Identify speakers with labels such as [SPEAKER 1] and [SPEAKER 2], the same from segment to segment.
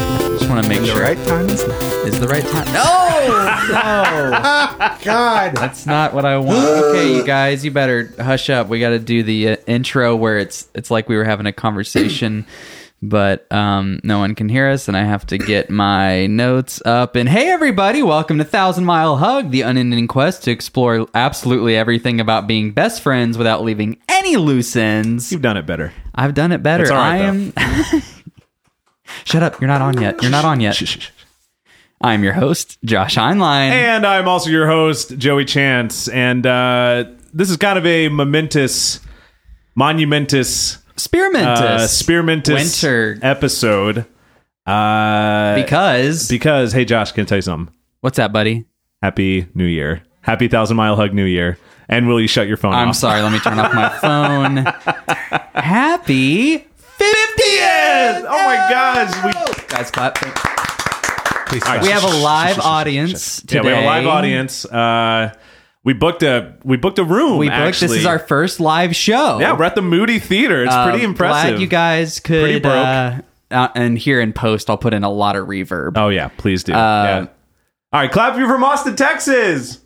[SPEAKER 1] to make sure
[SPEAKER 2] right time is now.
[SPEAKER 1] is the right time. No,
[SPEAKER 2] God.
[SPEAKER 1] that's not what I want. Okay, you guys, you better hush up. We got to do the uh, intro where it's it's like we were having a conversation, but um, no one can hear us, and I have to get my notes up. And hey, everybody, welcome to Thousand Mile Hug, the unending quest to explore absolutely everything about being best friends without leaving any loose ends.
[SPEAKER 2] You've done it better.
[SPEAKER 1] I've done it better.
[SPEAKER 2] It's all right,
[SPEAKER 1] I am. Shut up! You're not on yet. You're not on yet. I'm your host, Josh Heinlein.
[SPEAKER 2] And I'm also your host, Joey Chance. And uh, this is kind of a momentous, monumentous,
[SPEAKER 1] Spearmentus.
[SPEAKER 2] uh, spearmentous
[SPEAKER 1] Winter.
[SPEAKER 2] episode. Uh,
[SPEAKER 1] because
[SPEAKER 2] because, hey, Josh, can I tell you something?
[SPEAKER 1] what's that, buddy?
[SPEAKER 2] Happy New Year. Happy Thousand Mile Hug New Year. And will you shut your phone
[SPEAKER 1] I'm
[SPEAKER 2] off?
[SPEAKER 1] sorry. Let me turn off my phone. Happy fiftieth!
[SPEAKER 2] Yes! Oh my gosh. We,
[SPEAKER 1] Guys, clap.
[SPEAKER 2] all right,
[SPEAKER 1] We
[SPEAKER 2] sh-
[SPEAKER 1] have
[SPEAKER 2] sh-
[SPEAKER 1] a
[SPEAKER 2] sh-
[SPEAKER 1] live
[SPEAKER 2] sh- sh- sh-
[SPEAKER 1] audience today.
[SPEAKER 2] Yeah, we have a live audience. Uh, we booked a we booked a room.
[SPEAKER 1] We booked. This
[SPEAKER 2] actually.
[SPEAKER 1] is our first live show.
[SPEAKER 2] yeah. We're at the Moody Theater. It's pretty
[SPEAKER 1] Um,
[SPEAKER 2] impressive.
[SPEAKER 1] Glad you guys could.
[SPEAKER 2] Pretty broke.
[SPEAKER 1] Uh, uh, and here in post, I'll put in a lot of reverb.
[SPEAKER 2] oh yeah, please do.
[SPEAKER 1] Uh,
[SPEAKER 2] yeah. All right, clap if you're from Austin, Texas.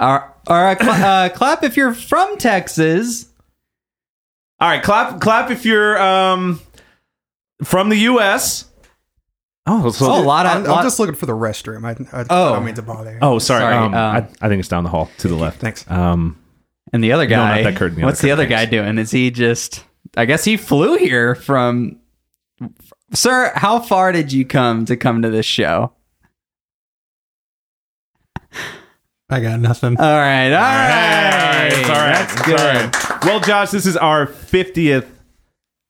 [SPEAKER 1] Or, or uh, cla uh, clap if you're from Texas.
[SPEAKER 2] All right, clap clap if you're um from the U.S. Oh, so
[SPEAKER 1] Oh, a lot of.
[SPEAKER 3] I'm, I'm
[SPEAKER 1] lot-
[SPEAKER 3] just looking for the restroom. I, I,
[SPEAKER 1] Oh.
[SPEAKER 3] I don't mean to bother. you.
[SPEAKER 2] Oh, sorry.
[SPEAKER 1] Sorry,
[SPEAKER 2] um,
[SPEAKER 1] uh,
[SPEAKER 2] I, I think it's down the hall to the left.
[SPEAKER 3] Thanks.
[SPEAKER 2] Um,
[SPEAKER 1] and the other
[SPEAKER 2] No,
[SPEAKER 1] guy.
[SPEAKER 2] not that curtain, the other
[SPEAKER 1] what's the
[SPEAKER 2] curtain,
[SPEAKER 1] other guy doing? Is he just? I guess he flew here from. Sir, how far did you come to come to this show?
[SPEAKER 3] I got nothing.
[SPEAKER 1] All right, all right,
[SPEAKER 2] it's all right.
[SPEAKER 1] That's
[SPEAKER 2] it's
[SPEAKER 1] good.
[SPEAKER 2] all right. Well, Josh, this is our fiftieth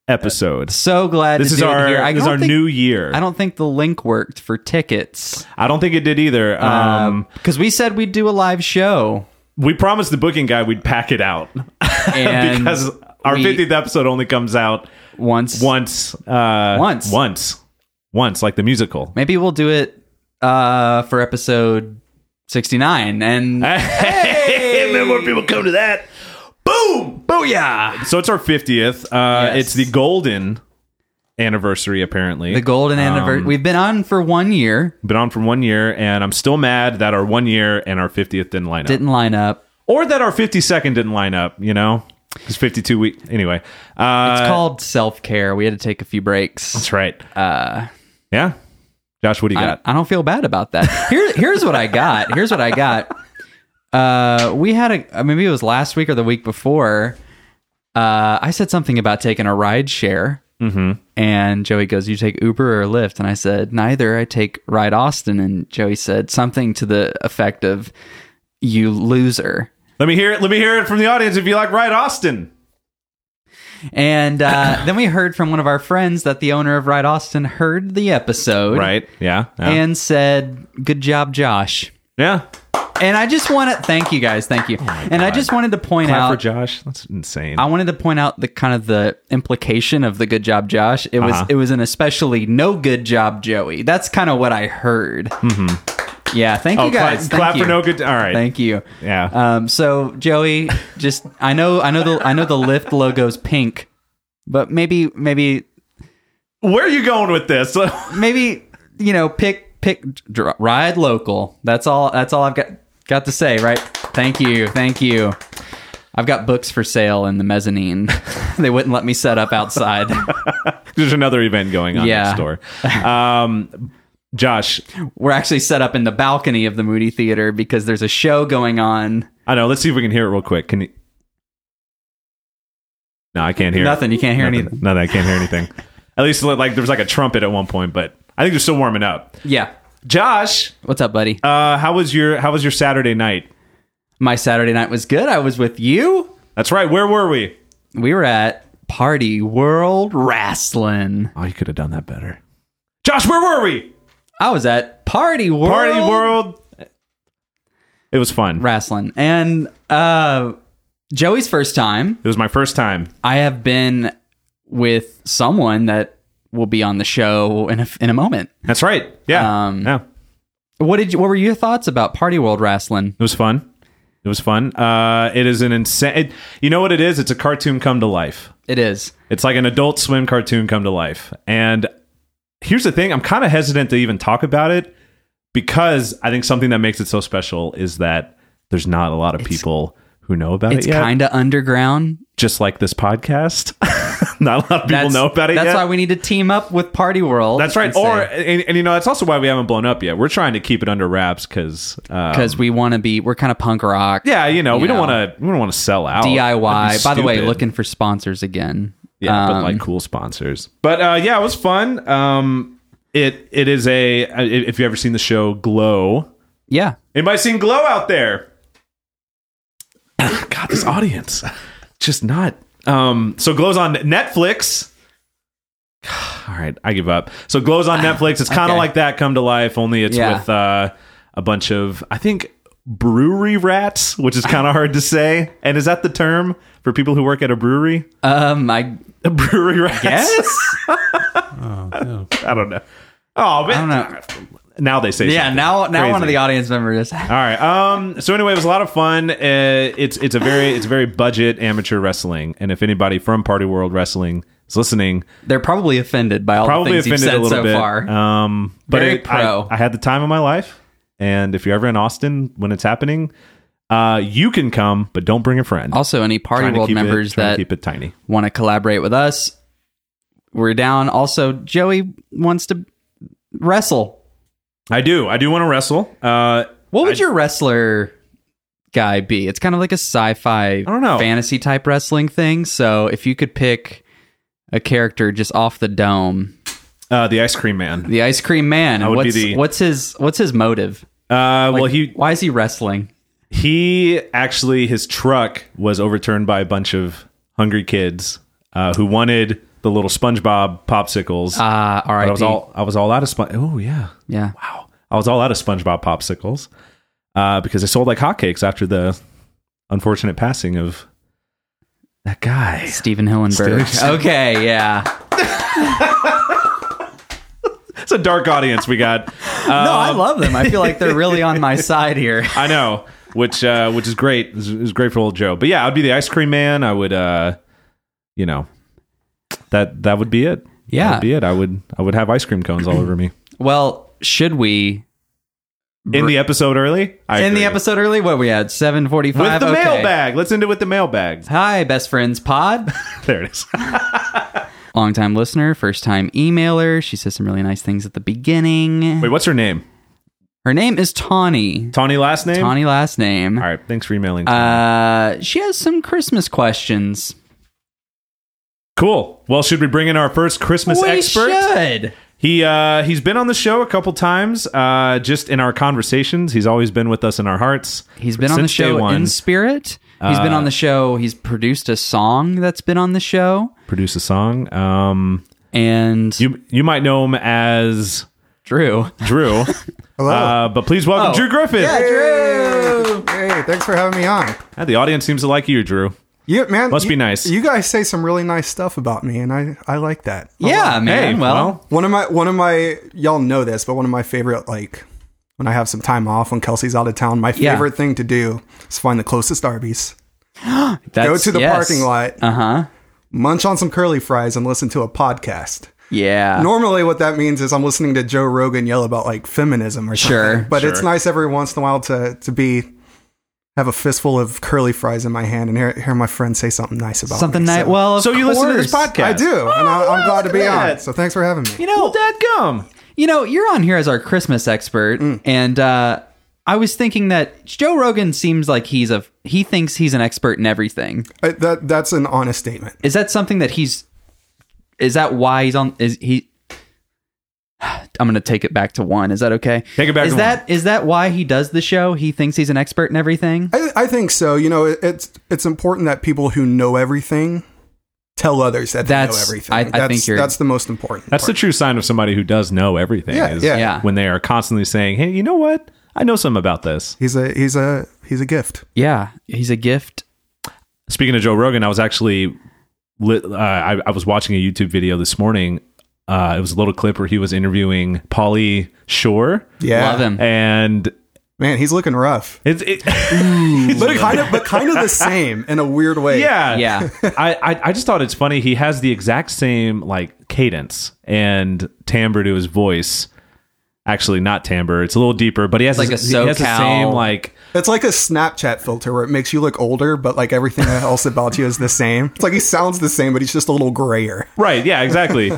[SPEAKER 2] episode.
[SPEAKER 1] So glad
[SPEAKER 2] This
[SPEAKER 1] to
[SPEAKER 2] is
[SPEAKER 1] do it
[SPEAKER 2] our
[SPEAKER 1] here. I
[SPEAKER 2] this is
[SPEAKER 1] don't
[SPEAKER 2] our
[SPEAKER 1] think-
[SPEAKER 2] new year.
[SPEAKER 1] I don't think the link worked for tickets
[SPEAKER 2] I don't think it did either.
[SPEAKER 1] Uh,
[SPEAKER 2] Um,
[SPEAKER 1] because we said we'd do a live show.
[SPEAKER 2] we promised the booking guy we'd pack it out
[SPEAKER 1] And
[SPEAKER 2] because our
[SPEAKER 1] we-
[SPEAKER 2] 50th episode only comes out
[SPEAKER 1] once,
[SPEAKER 2] once. Uh,
[SPEAKER 1] Once.
[SPEAKER 2] Once. Once, like the musical.
[SPEAKER 1] maybe we'll do it uh, for episode sixty nine. And
[SPEAKER 2] and then more people come to that. Boom! Booyah! So it's our 50th. Uh,
[SPEAKER 1] Yes.
[SPEAKER 2] It's the golden anniversary, apparently.
[SPEAKER 1] the golden anniversary.
[SPEAKER 2] Um,
[SPEAKER 1] We've been on for one year.
[SPEAKER 2] Been on for one year, and I'm still mad that our one year and our 50th didn't line up.
[SPEAKER 1] Didn't line up.
[SPEAKER 2] Or that our 52nd didn't line up, you know? It's 52 week. Anyway. Uh,
[SPEAKER 1] It's called self care. We had to take a few breaks.
[SPEAKER 2] That's right. Uh, yeah. Josh, what do you
[SPEAKER 1] I,
[SPEAKER 2] got?
[SPEAKER 1] I don't feel bad about that. Here, here's what I got. Here's what I got. Uh, we had a uh, maybe it was last week or the week before. Uh, I said something about taking a ride share, mm-hmm. and Joey goes, "You take Uber or Lyft?" And I said, "Neither. I take Ride Austin." And Joey said something to the effect of, "You loser."
[SPEAKER 2] let me hear it. Let me hear it from the audience. If you like, right, Austin.
[SPEAKER 1] And uh, then we heard from one of our friends that the owner of Ride Austin heard the episode,
[SPEAKER 2] Right. Yeah. Yeah.
[SPEAKER 1] and said, "Good job, Josh."
[SPEAKER 2] yeah.
[SPEAKER 1] And I just want to thank you guys, thank you. and I just wanted to point
[SPEAKER 2] Oh Clap for
[SPEAKER 1] out,
[SPEAKER 2] Josh. That's insane.
[SPEAKER 1] I wanted to point out the kind of the implication of the good job, Josh. It was
[SPEAKER 2] Uh-huh.
[SPEAKER 1] it was an especially no good job, Joey. That's kind of what I heard. Yeah, thank
[SPEAKER 2] oh,
[SPEAKER 1] you guys.
[SPEAKER 2] clap, clap
[SPEAKER 1] thank you.
[SPEAKER 2] for no good. All right.
[SPEAKER 1] Thank you.
[SPEAKER 2] Yeah.
[SPEAKER 1] Um, so Joey, just I know I know the I know the Lyft logo's pink, but maybe maybe
[SPEAKER 2] Where are you going with this? All
[SPEAKER 1] maybe you know pick pick dr- ride local that's all that's all i've got got to say right thank you thank you i've got books for sale in the mezzanine they wouldn't let me set up outside
[SPEAKER 2] There's another event going on
[SPEAKER 1] Yeah.
[SPEAKER 2] next door. Um, Josh,
[SPEAKER 1] we're actually set up in the balcony of the moody theater because there's a show going on
[SPEAKER 2] I know. Let's see if we can hear it real quick. Can you? No, I can't hear
[SPEAKER 1] nothing you can't hear
[SPEAKER 2] Nothing.
[SPEAKER 1] anything
[SPEAKER 2] Nothing. I can't hear anything. At least like there was like a trumpet at one point, but I think they're still warming up.
[SPEAKER 1] yeah
[SPEAKER 2] Josh,
[SPEAKER 1] what's up buddy
[SPEAKER 2] Uh, how was your How was your Saturday night?
[SPEAKER 1] my saturday night was good i was with you
[SPEAKER 2] That's right. Where were we?
[SPEAKER 1] we were at party world wrestling
[SPEAKER 2] Oh, you could have done that better, Josh. Where were we?
[SPEAKER 1] i was at party world
[SPEAKER 2] Party World. It was fun.
[SPEAKER 1] wrestling and uh joey's first time
[SPEAKER 2] It was my first time.
[SPEAKER 1] i have been with someone that will be on the show in a, in a moment
[SPEAKER 2] That's right. Yeah.
[SPEAKER 1] Um,
[SPEAKER 2] yeah.
[SPEAKER 1] what did you what were your thoughts about party world wrestling
[SPEAKER 2] It was fun. It was fun. Uh, it is an insane. It, you know what it is? It's a cartoon come to life.
[SPEAKER 1] it is
[SPEAKER 2] It's like an Adult Swim cartoon come to life, and here's the thing I'm kind of hesitant to even talk about it because I think something that makes it so special is that there's not a lot of people who know about
[SPEAKER 1] It's
[SPEAKER 2] it yet.
[SPEAKER 1] kind of underground.
[SPEAKER 2] just like this podcast. not a lot of people know about it
[SPEAKER 1] That's
[SPEAKER 2] yet.
[SPEAKER 1] why we need to team up with Party World.
[SPEAKER 2] that's right. Or and, and you know that's also why we haven't blown up yet. We're trying to keep it under wraps because
[SPEAKER 1] because we want to be, we're kind of punk rock.
[SPEAKER 2] yeah, you know we
[SPEAKER 1] You
[SPEAKER 2] don't
[SPEAKER 1] know.
[SPEAKER 2] want to we don't want to sell out That'd
[SPEAKER 1] DIY.
[SPEAKER 2] be
[SPEAKER 1] By the way,
[SPEAKER 2] stupid.
[SPEAKER 1] looking for sponsors again.
[SPEAKER 2] yeah, but
[SPEAKER 1] Um,
[SPEAKER 2] like cool sponsors. But uh, yeah, it was fun. Um, it it is a uh, if you ever seen the show Glow,
[SPEAKER 1] yeah.
[SPEAKER 2] anybody seen Glow out there? God, this audience just not. Um, so Glow's on Netflix. All right, I give up. So Glow's on Netflix. It's kind of
[SPEAKER 1] Okay.
[SPEAKER 2] like that come to life, only it's
[SPEAKER 1] Yeah.
[SPEAKER 2] with uh, a bunch of I think brewery rats, which is kind of hard to say. And is that the term for people who work at a brewery?
[SPEAKER 1] Um, I
[SPEAKER 2] brewery rats.
[SPEAKER 1] guess.
[SPEAKER 2] I don't know. Oh man.
[SPEAKER 1] I don't
[SPEAKER 2] Now they say
[SPEAKER 1] yeah.
[SPEAKER 2] something.
[SPEAKER 1] Now, now one
[SPEAKER 2] Crazy.
[SPEAKER 1] of the audience members.
[SPEAKER 2] All right. Um. So anyway, it was a lot of fun. Uh, it's it's a very it's very budget amateur wrestling. And if anybody from Party World Wrestling is listening,
[SPEAKER 1] They're probably offended by all
[SPEAKER 2] probably
[SPEAKER 1] the things you've
[SPEAKER 2] offended
[SPEAKER 1] said
[SPEAKER 2] a little
[SPEAKER 1] so
[SPEAKER 2] bit.
[SPEAKER 1] far.
[SPEAKER 2] Um. But
[SPEAKER 1] Very
[SPEAKER 2] it- I-
[SPEAKER 1] pro.
[SPEAKER 2] I, had the time of my life. And if you're ever in Austin when it's happening, uh, you can come, but don't bring a friend.
[SPEAKER 1] also, any Party
[SPEAKER 2] Trying to
[SPEAKER 1] World
[SPEAKER 2] keep it-
[SPEAKER 1] members
[SPEAKER 2] trying to
[SPEAKER 1] that
[SPEAKER 2] keep it tiny.
[SPEAKER 1] want to collaborate with us, we're down. Also, Joey wants to wrestle.
[SPEAKER 2] I do. I do want to wrestle. Uh.
[SPEAKER 1] What would
[SPEAKER 2] I-
[SPEAKER 1] your wrestler guy be? It's kind of like a sci-fi, I
[SPEAKER 2] don't know.
[SPEAKER 1] fantasy type wrestling thing. So if you could pick a character just off the dome,
[SPEAKER 2] Uh, the ice cream man.
[SPEAKER 1] the ice cream man.
[SPEAKER 2] I would
[SPEAKER 1] what's
[SPEAKER 2] be the-
[SPEAKER 1] what's his what's his motive?
[SPEAKER 2] Uh, well,
[SPEAKER 1] Like,
[SPEAKER 2] he
[SPEAKER 1] why is he wrestling?
[SPEAKER 2] He actually, his truck was overturned by a bunch of hungry kids uh, who wanted the little SpongeBob popsicles.
[SPEAKER 1] Uh, all
[SPEAKER 2] but
[SPEAKER 1] right,
[SPEAKER 2] I was all I was all out of Spon. Oh yeah,
[SPEAKER 1] yeah.
[SPEAKER 2] wow! I was all out of SpongeBob popsicles uh, because they sold like hotcakes after the unfortunate passing of that guy.
[SPEAKER 1] Steven Hillenberg. okay, yeah.
[SPEAKER 2] It's a dark audience we got.
[SPEAKER 1] No, I
[SPEAKER 2] Um,
[SPEAKER 1] love them. I feel like they're really on my side here.
[SPEAKER 2] I know, which uh, which is great. It was, it was great for old Joe. But yeah, I'd be the ice cream man. I would, uh, you know, that that would be it.
[SPEAKER 1] Yeah.
[SPEAKER 2] that'd be it. I would I would have ice cream cones all over me
[SPEAKER 1] Well, should we
[SPEAKER 2] in the episode early. I
[SPEAKER 1] in the
[SPEAKER 2] agree.
[SPEAKER 1] episode early? What we had seven forty-five.
[SPEAKER 2] with the
[SPEAKER 1] okay.
[SPEAKER 2] mailbag. Let's end it with the mailbag.
[SPEAKER 1] Hi, best friends pod.
[SPEAKER 2] There it is.
[SPEAKER 1] Longtime listener, first time emailer. She says some really nice things at the beginning.
[SPEAKER 2] Wait, what's her name?
[SPEAKER 1] Her name is Tawny.
[SPEAKER 2] Tawny last name.
[SPEAKER 1] Tawny last name.
[SPEAKER 2] All right, thanks for emailing.
[SPEAKER 1] Uh, she has some Christmas questions.
[SPEAKER 2] cool. Well, should we bring in our first Christmas
[SPEAKER 1] we
[SPEAKER 2] expert?
[SPEAKER 1] should.
[SPEAKER 2] He uh, he's been on the show a couple times, uh, just in our conversations. He's always been with us in our hearts.
[SPEAKER 1] He's been on the
[SPEAKER 2] Since day
[SPEAKER 1] show
[SPEAKER 2] one. Uh.
[SPEAKER 1] in spirit. He's been on the show. He's produced a song that's been on the show.
[SPEAKER 2] Produce a song. Um,
[SPEAKER 1] And
[SPEAKER 2] You Oh, you might know him as
[SPEAKER 1] Drew.
[SPEAKER 2] Drew.
[SPEAKER 3] Hello.
[SPEAKER 2] Uh, but please welcome
[SPEAKER 1] Oh.
[SPEAKER 2] Drew Griffith.
[SPEAKER 3] Drew. Hey, thanks for having me on.
[SPEAKER 2] Ah, the audience seems to like you, Drew.
[SPEAKER 3] You man,
[SPEAKER 2] Must
[SPEAKER 3] you-
[SPEAKER 2] be nice.
[SPEAKER 3] You guys say some really nice stuff about me, and I I like that. Uh,
[SPEAKER 1] Yeah, Ah, man.
[SPEAKER 2] Hey,
[SPEAKER 1] well,
[SPEAKER 2] well.
[SPEAKER 3] One of my one of my y'all know this, but one of my favorite like when I have some time off when Kelsey's out of town, my
[SPEAKER 1] Yeah.
[SPEAKER 3] favorite thing to do is find the closest Arby's, go
[SPEAKER 1] that's-
[SPEAKER 3] to the
[SPEAKER 1] yes.
[SPEAKER 3] parking lot,
[SPEAKER 1] Uh huh.
[SPEAKER 3] munch on some curly fries, and listen to a podcast.
[SPEAKER 1] Yeah.
[SPEAKER 3] Normally, what that means is I'm listening to Joe Rogan yell about like feminism or something.
[SPEAKER 1] Sure,
[SPEAKER 3] but it's nice every once in a while to to be have a fistful of curly fries in my hand and hear hear my friend say something nice about
[SPEAKER 1] Something
[SPEAKER 3] me,
[SPEAKER 1] that.
[SPEAKER 3] so-
[SPEAKER 1] Well, Oh, of
[SPEAKER 2] So you listen to this
[SPEAKER 1] course.
[SPEAKER 2] podcast.
[SPEAKER 3] I do, and I, I'm glad to be
[SPEAKER 2] look at
[SPEAKER 3] on.
[SPEAKER 2] that.
[SPEAKER 3] So thanks for having me.
[SPEAKER 1] You know,
[SPEAKER 2] Well, dadgum.
[SPEAKER 1] You know, you're on here as our Christmas expert,
[SPEAKER 2] Mm.
[SPEAKER 1] and uh, I was thinking that Joe Rogan seems like he's a he thinks he's an expert in everything.
[SPEAKER 3] I, that that's an honest statement.
[SPEAKER 1] Is that something that he's? Is that why he's on? Is he? I'm gonna take it back to one. Is that okay?
[SPEAKER 2] Take it back
[SPEAKER 1] Is
[SPEAKER 2] to
[SPEAKER 1] that is that why he does the show? He thinks he's an expert in everything.
[SPEAKER 3] I, I think so. You know, it, it's it's important that people who know everything tell others that they know
[SPEAKER 1] That's-
[SPEAKER 3] everything.
[SPEAKER 1] I- I
[SPEAKER 3] that's,
[SPEAKER 1] think you're-
[SPEAKER 3] that's the most important.
[SPEAKER 2] That's the
[SPEAKER 3] part.
[SPEAKER 2] true sign of somebody who does know everything.
[SPEAKER 3] Yeah,
[SPEAKER 2] is
[SPEAKER 3] yeah.
[SPEAKER 1] Yeah.
[SPEAKER 2] When they are constantly saying, "Hey, you know what? I know something about this."
[SPEAKER 3] He's a he's a he's a gift.
[SPEAKER 1] Yeah, he's a gift.
[SPEAKER 2] Speaking of Joe Rogan, I was actually lit, uh, I, I was watching a YouTube video this morning. Uh, it was a little clip where he was interviewing Paulie Shore,
[SPEAKER 3] Yeah,
[SPEAKER 1] Love him.
[SPEAKER 2] and
[SPEAKER 3] man. He's looking rough.
[SPEAKER 2] it's it,
[SPEAKER 3] but kind of but kind of the same in a weird way.
[SPEAKER 2] yeah
[SPEAKER 1] Yeah.
[SPEAKER 2] I, I I just thought it's funny. He has the exact same like cadence and timbre to his voice. Actually, not timbre. It's a little deeper, but he has
[SPEAKER 1] Like
[SPEAKER 2] his-
[SPEAKER 1] a
[SPEAKER 2] he has the
[SPEAKER 1] SoCal-
[SPEAKER 2] same like
[SPEAKER 3] It's like a Snapchat filter where it makes you look older, but like everything else about you is the same. It's like he sounds the same, but he's just a little grayer.
[SPEAKER 2] Right. Yeah. Exactly.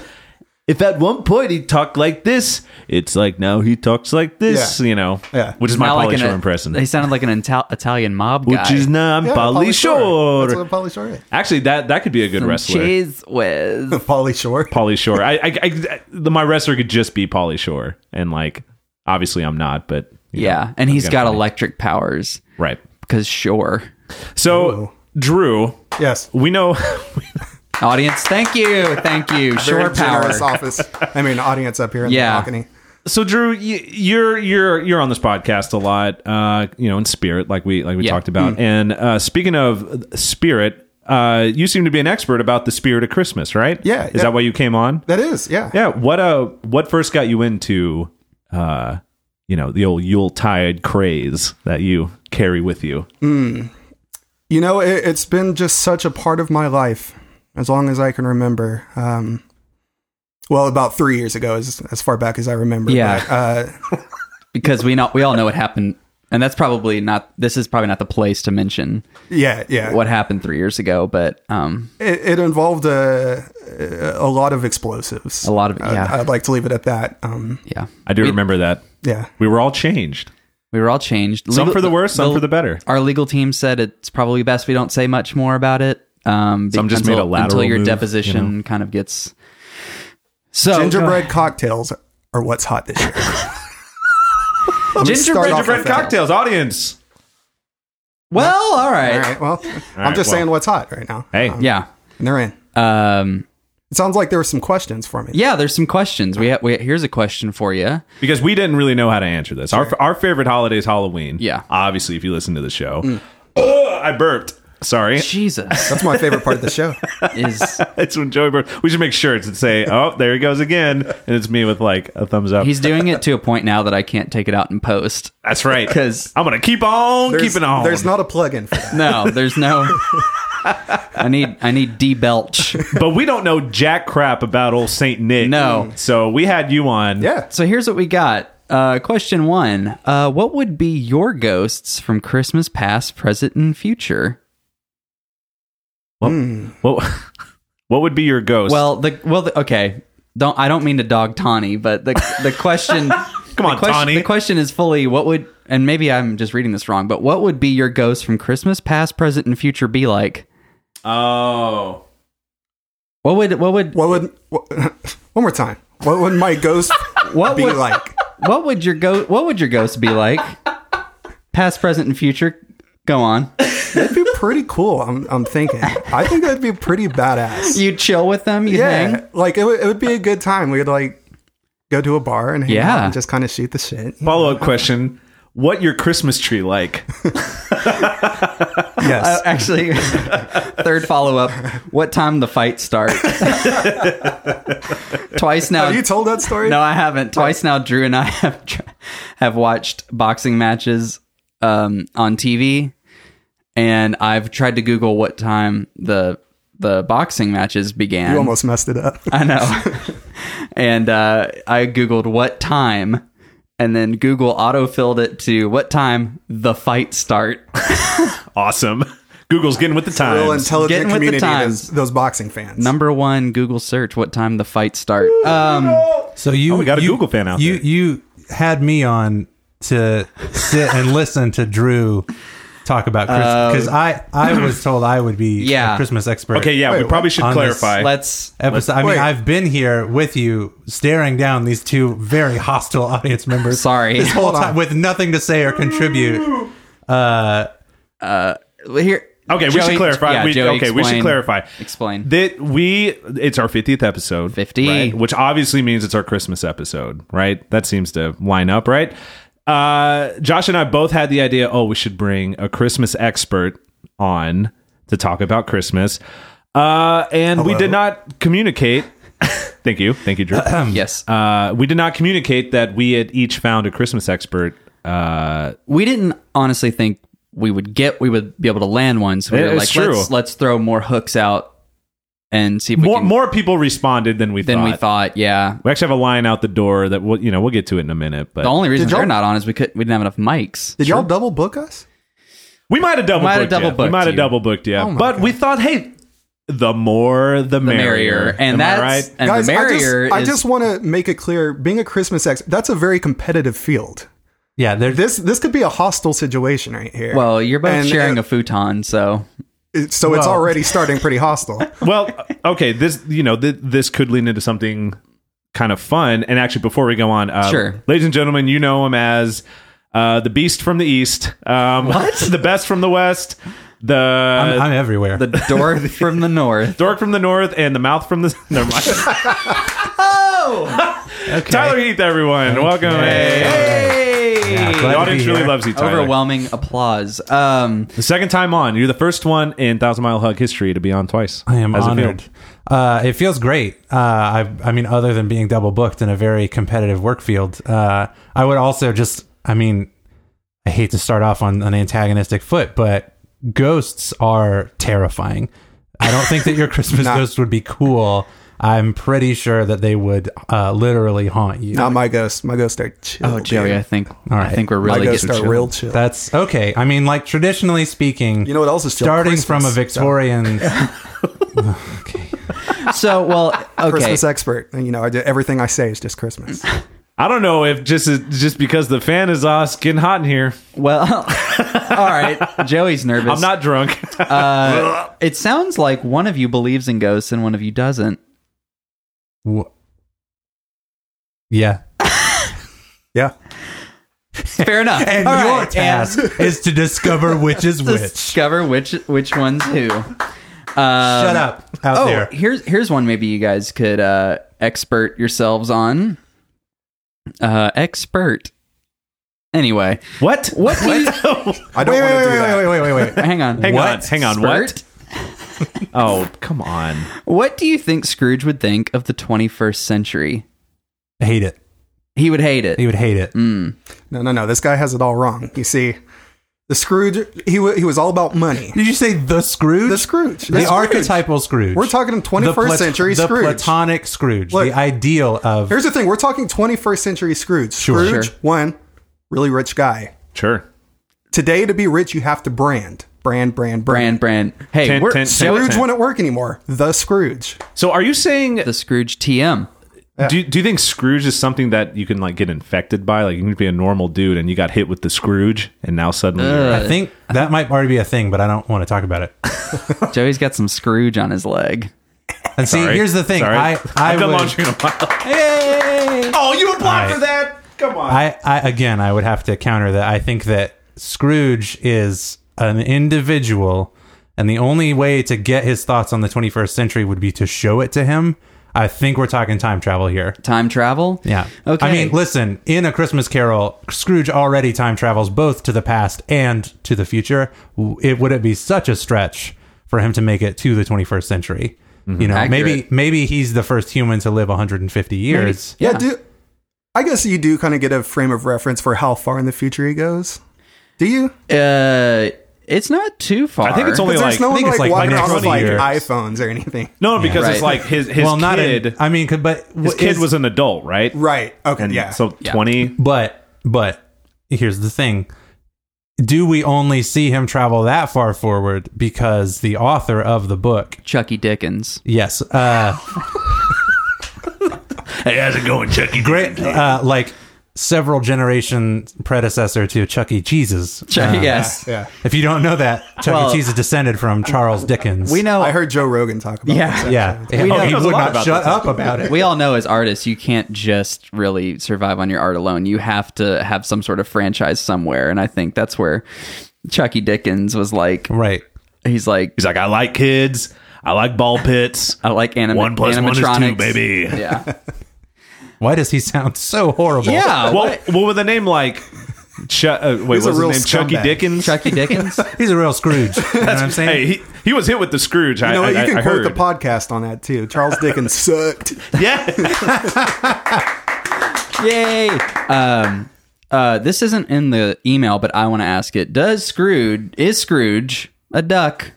[SPEAKER 2] if at one point he talked like this, it's like now he talks like this.
[SPEAKER 3] Yeah.
[SPEAKER 2] You know.
[SPEAKER 3] Yeah.
[SPEAKER 2] Which is my
[SPEAKER 1] Not
[SPEAKER 2] Polly
[SPEAKER 1] an-
[SPEAKER 2] Shore impression.
[SPEAKER 1] He sounded like an Ital- Italian mob guy.
[SPEAKER 2] Which is now I'm
[SPEAKER 3] Yeah,
[SPEAKER 2] Polly Shore.
[SPEAKER 3] That's what Polly Shore is.
[SPEAKER 2] Actually, that that could be a good wrestler.
[SPEAKER 1] Cheese whiz.
[SPEAKER 3] Polly Shore.
[SPEAKER 2] Polly Shore. I, I, I, the, my wrestler could just be Polly Shore, and like obviously I'm not, but you know,
[SPEAKER 1] yeah, and
[SPEAKER 2] I'm
[SPEAKER 1] he's
[SPEAKER 2] gonna
[SPEAKER 1] got
[SPEAKER 2] find-
[SPEAKER 1] electric powers
[SPEAKER 2] right.
[SPEAKER 1] because sure.
[SPEAKER 2] So
[SPEAKER 3] Ooh.
[SPEAKER 2] Drew,
[SPEAKER 3] Yes.
[SPEAKER 2] we know
[SPEAKER 1] Audience, thank you, thank you. Sure power.
[SPEAKER 3] Very generous office. I mean, audience up here in
[SPEAKER 1] Yeah.
[SPEAKER 3] the balcony.
[SPEAKER 2] so Drew, you, you're you're you're on this podcast a lot, uh, you know, in spirit, like we like we
[SPEAKER 1] Yeah.
[SPEAKER 2] talked about.
[SPEAKER 3] Mm.
[SPEAKER 2] And uh, speaking of spirit, uh, you seem to be an expert about the spirit of Christmas, right?
[SPEAKER 3] Yeah,
[SPEAKER 2] is
[SPEAKER 3] yeah.
[SPEAKER 2] that why you came on?
[SPEAKER 3] That is, yeah.
[SPEAKER 2] Yeah. What uh, what first got you into uh, you know, the old Yule tide craze that you carry with you?
[SPEAKER 3] You know, it, it's been just such a part of my life as long as I can remember. Um, well, about three years ago, as, as far back as I remember.
[SPEAKER 1] Yeah.
[SPEAKER 3] But, uh,
[SPEAKER 1] because we know we all know what happened, and that's probably not. This is probably not the place to mention
[SPEAKER 3] yeah, yeah.
[SPEAKER 1] what happened three years ago, but um,
[SPEAKER 3] It, it involved a, a lot of explosives.
[SPEAKER 1] A lot of- yeah.
[SPEAKER 3] I'd like to leave it at that. Um,
[SPEAKER 1] yeah,
[SPEAKER 2] I do remember that.
[SPEAKER 3] yeah.
[SPEAKER 2] We were all changed.
[SPEAKER 1] we were all changed.
[SPEAKER 2] Some
[SPEAKER 1] Legal-
[SPEAKER 2] for the worse, some for the better.
[SPEAKER 1] Our legal team said it's probably best we don't say much more about it. Um,
[SPEAKER 2] Some just
[SPEAKER 1] until,
[SPEAKER 2] made a lateral
[SPEAKER 1] until your
[SPEAKER 2] move,
[SPEAKER 1] deposition
[SPEAKER 2] you
[SPEAKER 1] kind of gets. So
[SPEAKER 3] Gingerbread cocktails are what's hot this year. Let me
[SPEAKER 1] Gingerbread-
[SPEAKER 3] start off
[SPEAKER 2] Gingerbread
[SPEAKER 3] with that.
[SPEAKER 2] cocktails, audience.
[SPEAKER 1] Well, all right.
[SPEAKER 3] All right. Well, I'm
[SPEAKER 2] right,
[SPEAKER 3] just
[SPEAKER 2] well.
[SPEAKER 3] saying what's hot right now.
[SPEAKER 2] Hey,
[SPEAKER 1] Yeah.
[SPEAKER 3] And they're in.
[SPEAKER 1] Um,
[SPEAKER 3] It sounds like there were some questions for me.
[SPEAKER 1] yeah. There's some questions. We, ha- we here's a question for you.
[SPEAKER 2] because we didn't really know how to answer this. Our our favorite holiday is Halloween.
[SPEAKER 1] Yeah. Mm.
[SPEAKER 2] obviously, if you listen to the show, Ugh, I burped. Sorry,
[SPEAKER 1] Jesus
[SPEAKER 3] That's my favorite part of the show.
[SPEAKER 1] is
[SPEAKER 2] it's when Joey burped. We should make shirts and say, "Oh, there he goes again," and it's me with like a thumbs up.
[SPEAKER 1] he's doing it to a point now that I can't take it out in post.
[SPEAKER 2] That's right.
[SPEAKER 1] 'Cause-
[SPEAKER 2] I'm gonna keep on keeping on.
[SPEAKER 3] There's not a plug-in for that.
[SPEAKER 1] No, there's no. I need I need debelch.
[SPEAKER 2] but we don't know jack crap about old Saint Nick.
[SPEAKER 1] No.
[SPEAKER 2] so we had you on.
[SPEAKER 3] Yeah.
[SPEAKER 1] So here's what we got. Uh, question one: uh, What would be your ghosts from Christmas past, present, and future?
[SPEAKER 2] What, what would be your ghost?
[SPEAKER 1] Well, the well, the, okay. Don't I don't mean to dog Tawny, but the the question.
[SPEAKER 2] Come on,
[SPEAKER 1] the question,
[SPEAKER 2] Tawny.
[SPEAKER 1] The question is fully what would and maybe I'm just reading this wrong, but what would be your ghosts from Christmas past, present, and future be like?
[SPEAKER 2] oh,
[SPEAKER 1] What would what would
[SPEAKER 3] What would what, one more time? What would my ghost
[SPEAKER 1] What
[SPEAKER 3] be
[SPEAKER 1] would-
[SPEAKER 3] like?
[SPEAKER 1] what would your go what would your ghost be like? past, present, and future. Go on.
[SPEAKER 3] That'd be pretty cool. I'm I'm thinking. I think that'd be pretty badass.
[SPEAKER 1] You chill with them. You
[SPEAKER 3] yeah,
[SPEAKER 1] hang.
[SPEAKER 3] like it would, it would be a good time. We'd like go to a bar and hang out
[SPEAKER 1] Yeah.
[SPEAKER 3] and just kind of shoot the shit.
[SPEAKER 2] follow up question. What your Christmas tree like?
[SPEAKER 3] Yes.
[SPEAKER 1] Uh, actually, third follow up. What time the fight start? Twice now.
[SPEAKER 3] Have you told that story?
[SPEAKER 1] No, I haven't. Twice now, Drew and I have tr- have watched boxing matches um, on TV, and I've tried to Google what time the the boxing matches began.
[SPEAKER 3] You almost messed it up.
[SPEAKER 1] I know. and uh, I googled what time, and then Google auto filled it to what time the fight start.
[SPEAKER 2] Awesome. Google's getting with the
[SPEAKER 3] Real
[SPEAKER 2] times.
[SPEAKER 3] intelligent
[SPEAKER 1] Getting with the
[SPEAKER 3] community.
[SPEAKER 1] times.
[SPEAKER 3] Those, those boxing fans.
[SPEAKER 1] Number one Google search: what time the fight start? Um,
[SPEAKER 4] So you
[SPEAKER 2] Oh, we got a
[SPEAKER 4] you-
[SPEAKER 2] Google fan out
[SPEAKER 4] you,
[SPEAKER 2] there.
[SPEAKER 4] You had me on to sit and listen to Drew talk about Christmas because I I was told I would be
[SPEAKER 1] Uh, Yeah.
[SPEAKER 4] a Christmas expert.
[SPEAKER 2] okay, yeah,
[SPEAKER 3] Wait,
[SPEAKER 2] we
[SPEAKER 3] what?
[SPEAKER 2] probably should
[SPEAKER 4] On this
[SPEAKER 2] clarify.
[SPEAKER 1] let's
[SPEAKER 4] Episode. I mean,
[SPEAKER 3] Wait.
[SPEAKER 4] I've been here with you, staring down these two very hostile audience members.
[SPEAKER 1] Sorry.
[SPEAKER 4] this whole
[SPEAKER 3] Hold on.
[SPEAKER 4] time with nothing to say or contribute.
[SPEAKER 1] here.
[SPEAKER 2] okay, we
[SPEAKER 1] Joey-
[SPEAKER 2] should clarify.
[SPEAKER 1] yeah,
[SPEAKER 2] we,
[SPEAKER 1] Joey,
[SPEAKER 2] okay, we should
[SPEAKER 1] explain-
[SPEAKER 2] clarify.
[SPEAKER 1] Explain.
[SPEAKER 2] That we it's our 50th episode.
[SPEAKER 1] 50.
[SPEAKER 2] right? Which obviously means it's our Christmas episode, right? That seems to line up, right? Uh Josh and I both had the idea, oh, we should bring a Christmas expert on to talk about Christmas. Uh and we did not communicate. Thank you. Thank you, Drew.
[SPEAKER 1] yes,
[SPEAKER 2] uh, we did not communicate that we had each found a Christmas expert. Uh,
[SPEAKER 1] we didn't honestly think we would get we would be able to land one. So we
[SPEAKER 2] It-
[SPEAKER 1] were
[SPEAKER 2] it's
[SPEAKER 1] like,
[SPEAKER 2] true.
[SPEAKER 1] Let's, let's throw more hooks out and see if we
[SPEAKER 2] More
[SPEAKER 1] can,
[SPEAKER 2] more people responded than we
[SPEAKER 1] than
[SPEAKER 2] thought.
[SPEAKER 1] we thought. Yeah.
[SPEAKER 2] We actually have a line out the door that we'll you know we'll get to it in a minute, but
[SPEAKER 1] The only reason
[SPEAKER 3] Did y'all-
[SPEAKER 1] they're not on is we could we didn't have enough mics.
[SPEAKER 3] Did y'all double book us?
[SPEAKER 2] we might have double
[SPEAKER 1] Might have
[SPEAKER 2] booked
[SPEAKER 1] double
[SPEAKER 2] ya. We
[SPEAKER 1] booked
[SPEAKER 2] might have
[SPEAKER 1] you.
[SPEAKER 2] double booked yeah.
[SPEAKER 3] Oh my
[SPEAKER 2] but we thought, hey, the more the,
[SPEAKER 1] The
[SPEAKER 2] merrier.
[SPEAKER 1] merrier, and
[SPEAKER 2] Am I
[SPEAKER 1] that's
[SPEAKER 2] right.
[SPEAKER 1] and
[SPEAKER 3] Guys,
[SPEAKER 1] the
[SPEAKER 3] I just,
[SPEAKER 1] merrier
[SPEAKER 3] I
[SPEAKER 1] is
[SPEAKER 3] just want to make it clear being a Christmas ex, that's a very competitive field.
[SPEAKER 4] Yeah, they're
[SPEAKER 3] This this could be a hostile situation right here.
[SPEAKER 1] well. You're both
[SPEAKER 3] And,
[SPEAKER 1] sharing
[SPEAKER 3] uh,
[SPEAKER 1] a futon, so
[SPEAKER 3] it- so it's
[SPEAKER 4] Well-
[SPEAKER 3] already starting pretty hostile.
[SPEAKER 2] well, okay, this you know th- this could lead into something kind of fun. And actually, before we go on, uh,
[SPEAKER 1] Sure.
[SPEAKER 2] ladies and gentlemen, you know him as uh, the Beast from the East, um, what? the Best from the West, the uh,
[SPEAKER 4] I'm, I'm everywhere.
[SPEAKER 1] the dwarf from the north.
[SPEAKER 2] Dork from the North, and the Mouth from the. Never mind.
[SPEAKER 4] okay.
[SPEAKER 2] Tyler Heath, everyone, welcome. Hey.
[SPEAKER 1] Hey,
[SPEAKER 4] Yeah, glad
[SPEAKER 2] The
[SPEAKER 4] to
[SPEAKER 2] audience
[SPEAKER 4] be
[SPEAKER 2] really
[SPEAKER 4] here.
[SPEAKER 2] loves you, Tyler.
[SPEAKER 1] overwhelming applause. Um,
[SPEAKER 2] The second time on, you're the first one in Thousand Mile Hug history to be on twice.
[SPEAKER 4] I am
[SPEAKER 2] How's it feel?
[SPEAKER 4] honored. Uh, it feels great. Uh, I, I mean, other than being double booked in a very competitive work field, uh, I would also just, I mean, I hate to start off on an antagonistic foot, but ghosts are terrifying. I don't think that your Christmas ghost would be cool. I'm pretty sure that they would uh, literally haunt you.
[SPEAKER 3] Not my ghosts. My ghosts are chill.
[SPEAKER 1] oh, Joey, I think I
[SPEAKER 4] right.
[SPEAKER 1] think we're
[SPEAKER 3] my
[SPEAKER 1] really
[SPEAKER 3] ghosts
[SPEAKER 1] getting
[SPEAKER 3] are
[SPEAKER 1] chill.
[SPEAKER 3] real chill.
[SPEAKER 4] That's okay. I mean, like traditionally speaking,
[SPEAKER 3] you know what else is chill?
[SPEAKER 4] starting
[SPEAKER 3] Christmas.
[SPEAKER 4] from a Victorian.
[SPEAKER 1] So well, okay.
[SPEAKER 3] Christmas expert, and you know, I do, everything I say is just Christmas.
[SPEAKER 2] I don't know if just just because the fan is us getting hot in here.
[SPEAKER 1] Well, all right. Joey's nervous.
[SPEAKER 2] I'm not drunk.
[SPEAKER 1] Uh, it sounds like one of you believes in ghosts and one of you doesn't.
[SPEAKER 4] Wh- yeah.
[SPEAKER 3] Yeah,
[SPEAKER 1] Fair enough.
[SPEAKER 4] And
[SPEAKER 1] All
[SPEAKER 4] your
[SPEAKER 1] right,
[SPEAKER 4] task is to discover which is
[SPEAKER 1] and
[SPEAKER 4] which.
[SPEAKER 1] discover which which one's who. Um,
[SPEAKER 4] Shut up out
[SPEAKER 1] Oh,
[SPEAKER 4] there.
[SPEAKER 1] here's here's one maybe you guys could uh, expert yourselves on. Uh, expert. Anyway,
[SPEAKER 2] what?
[SPEAKER 1] what do you?
[SPEAKER 3] I don't want to do that.
[SPEAKER 4] wait, wait, wait,
[SPEAKER 1] hang on,
[SPEAKER 2] Hang
[SPEAKER 1] what?
[SPEAKER 2] on, hang on, what? Oh, come on.
[SPEAKER 1] What do you think Scrooge would think of the 21st century?
[SPEAKER 4] Hate it.
[SPEAKER 1] He would hate it.
[SPEAKER 4] He would hate it.
[SPEAKER 3] No, no, no. This guy has it all wrong. You see, the Scrooge, he wa he was all about money.
[SPEAKER 4] Did you say the Scrooge?
[SPEAKER 3] The Scrooge.
[SPEAKER 4] The,
[SPEAKER 3] Scrooge.
[SPEAKER 4] archetypal Scrooge.
[SPEAKER 3] We're talking 21st
[SPEAKER 4] plat-
[SPEAKER 3] century
[SPEAKER 4] the
[SPEAKER 3] Scrooge.
[SPEAKER 4] platonic Scrooge.
[SPEAKER 3] Look.
[SPEAKER 4] the ideal of.
[SPEAKER 3] Here's the thing: we're talking 21st century Scrooge.
[SPEAKER 4] Sure.
[SPEAKER 3] Scrooge,
[SPEAKER 1] Sure.
[SPEAKER 3] one really rich guy.
[SPEAKER 2] Sure.
[SPEAKER 3] Today, to be rich, you have to brand, brand, brand, brand.
[SPEAKER 1] Brand, brand. Hey,
[SPEAKER 2] Ten-
[SPEAKER 1] we're
[SPEAKER 2] ten-
[SPEAKER 1] so-
[SPEAKER 2] ten-
[SPEAKER 3] Scrooge wouldn't work anymore. The Scrooge.
[SPEAKER 2] So are you saying
[SPEAKER 1] the Scrooge TM.
[SPEAKER 2] do do you think Scrooge is something that you can like get infected by? Like you can be a normal dude and you got hit with the Scrooge and now suddenly you're-
[SPEAKER 4] I think that might already be a thing, but I don't want to talk about it.
[SPEAKER 1] Joey's got some Scrooge on his leg.
[SPEAKER 4] And see,
[SPEAKER 2] Sorry.
[SPEAKER 4] here's the thing.
[SPEAKER 2] Sorry.
[SPEAKER 4] I, I
[SPEAKER 2] I've done
[SPEAKER 4] would-
[SPEAKER 2] laundry in a while.
[SPEAKER 1] Hey!
[SPEAKER 2] Oh, you applied
[SPEAKER 4] All right.
[SPEAKER 2] for that? Come on.
[SPEAKER 4] I, I again, I would have to counter that. I think that Scrooge is an individual, and the only way to get his thoughts on the 21st century would be to show it to him. I think we're talking time travel here.
[SPEAKER 1] Time travel?
[SPEAKER 4] Yeah.
[SPEAKER 1] Okay.
[SPEAKER 4] I mean, listen, in A Christmas Carol, Scrooge already time travels both to the past and to the future. W- It would it be such a stretch for him to make it to the 21st century?
[SPEAKER 2] Mm-hmm.
[SPEAKER 4] You know, maybe
[SPEAKER 1] Accurate.
[SPEAKER 4] maybe he's the first human to live 150 years.
[SPEAKER 3] Yeah,
[SPEAKER 1] Yeah.
[SPEAKER 3] do I guess you do kind of get a frame of reference for how far in the future he goes? Do you?
[SPEAKER 1] Uh, it's not too far.
[SPEAKER 2] I think it's only-
[SPEAKER 3] Because there's
[SPEAKER 2] like-
[SPEAKER 3] no
[SPEAKER 2] I
[SPEAKER 3] one
[SPEAKER 4] think
[SPEAKER 3] like,
[SPEAKER 4] it's like
[SPEAKER 3] walking
[SPEAKER 4] like
[SPEAKER 3] around with like
[SPEAKER 4] 20 years.
[SPEAKER 3] iPhones or anything.
[SPEAKER 2] no, because
[SPEAKER 1] Yeah.
[SPEAKER 2] it's
[SPEAKER 1] Right.
[SPEAKER 2] like his his
[SPEAKER 4] well, not
[SPEAKER 2] kid.
[SPEAKER 4] in, I mean, could, but
[SPEAKER 2] his
[SPEAKER 4] wh-
[SPEAKER 2] kid
[SPEAKER 4] is-
[SPEAKER 2] was an adult, right?
[SPEAKER 3] Right. Okay.
[SPEAKER 2] And
[SPEAKER 3] yeah.
[SPEAKER 2] so
[SPEAKER 1] Yeah.
[SPEAKER 2] 20
[SPEAKER 4] But but here's the thing. Do we only see him travel that far forward because the author of the book?
[SPEAKER 1] Chucky E. Dickens.
[SPEAKER 4] Yes. Uh
[SPEAKER 2] Hey, how's it going, Chucky?
[SPEAKER 4] great uh like several generation predecessor to Chuck E. Cheese's.
[SPEAKER 1] Chucky,
[SPEAKER 4] Uh,
[SPEAKER 1] yes.
[SPEAKER 3] yeah.
[SPEAKER 4] If you don't know that, Chuck
[SPEAKER 1] Well-
[SPEAKER 4] E. Cheese is descended from Charles Dickens.
[SPEAKER 1] We know.
[SPEAKER 3] I heard Joe Rogan talk about
[SPEAKER 1] Yeah.
[SPEAKER 3] that.
[SPEAKER 4] Yeah.
[SPEAKER 1] We
[SPEAKER 4] oh,
[SPEAKER 1] know-
[SPEAKER 4] he
[SPEAKER 2] knows a
[SPEAKER 4] would
[SPEAKER 2] lot
[SPEAKER 4] not
[SPEAKER 2] about
[SPEAKER 4] shut
[SPEAKER 2] this.
[SPEAKER 4] up about it.
[SPEAKER 1] we all know as artists, you can't just really survive on your art alone. You have to have some sort of franchise somewhere. And I think that's where Chucky Dickens was like,
[SPEAKER 4] Right.
[SPEAKER 1] he's like,
[SPEAKER 2] He's like, I like kids. I like ball pits.
[SPEAKER 1] I like anima-
[SPEAKER 2] One plus one is two,
[SPEAKER 1] animatronics."
[SPEAKER 2] baby.
[SPEAKER 1] Yeah.
[SPEAKER 4] Why does he sound so horrible?
[SPEAKER 1] Yeah.
[SPEAKER 2] well,
[SPEAKER 1] what?
[SPEAKER 2] well, with a name like Ch- uh, wait,
[SPEAKER 3] He's
[SPEAKER 2] what's
[SPEAKER 3] a
[SPEAKER 2] his
[SPEAKER 3] real
[SPEAKER 2] name? Chucky
[SPEAKER 3] scumbag.
[SPEAKER 2] Dickens.
[SPEAKER 1] Chucky E. Dickens?
[SPEAKER 4] He's a real Scrooge. You know what I'm saying?
[SPEAKER 2] hey, he, he was hit with the Scrooge. I,
[SPEAKER 3] You know, what?
[SPEAKER 2] I,
[SPEAKER 3] you can
[SPEAKER 2] I
[SPEAKER 3] quote
[SPEAKER 2] heard.
[SPEAKER 3] the podcast on that too. Charles Dickens sucked.
[SPEAKER 2] Yeah,
[SPEAKER 1] Yay! Um, uh, this isn't in the email, but I want to ask it. Does
[SPEAKER 4] Hmm.
[SPEAKER 1] Scrooge is Scrooge a duck?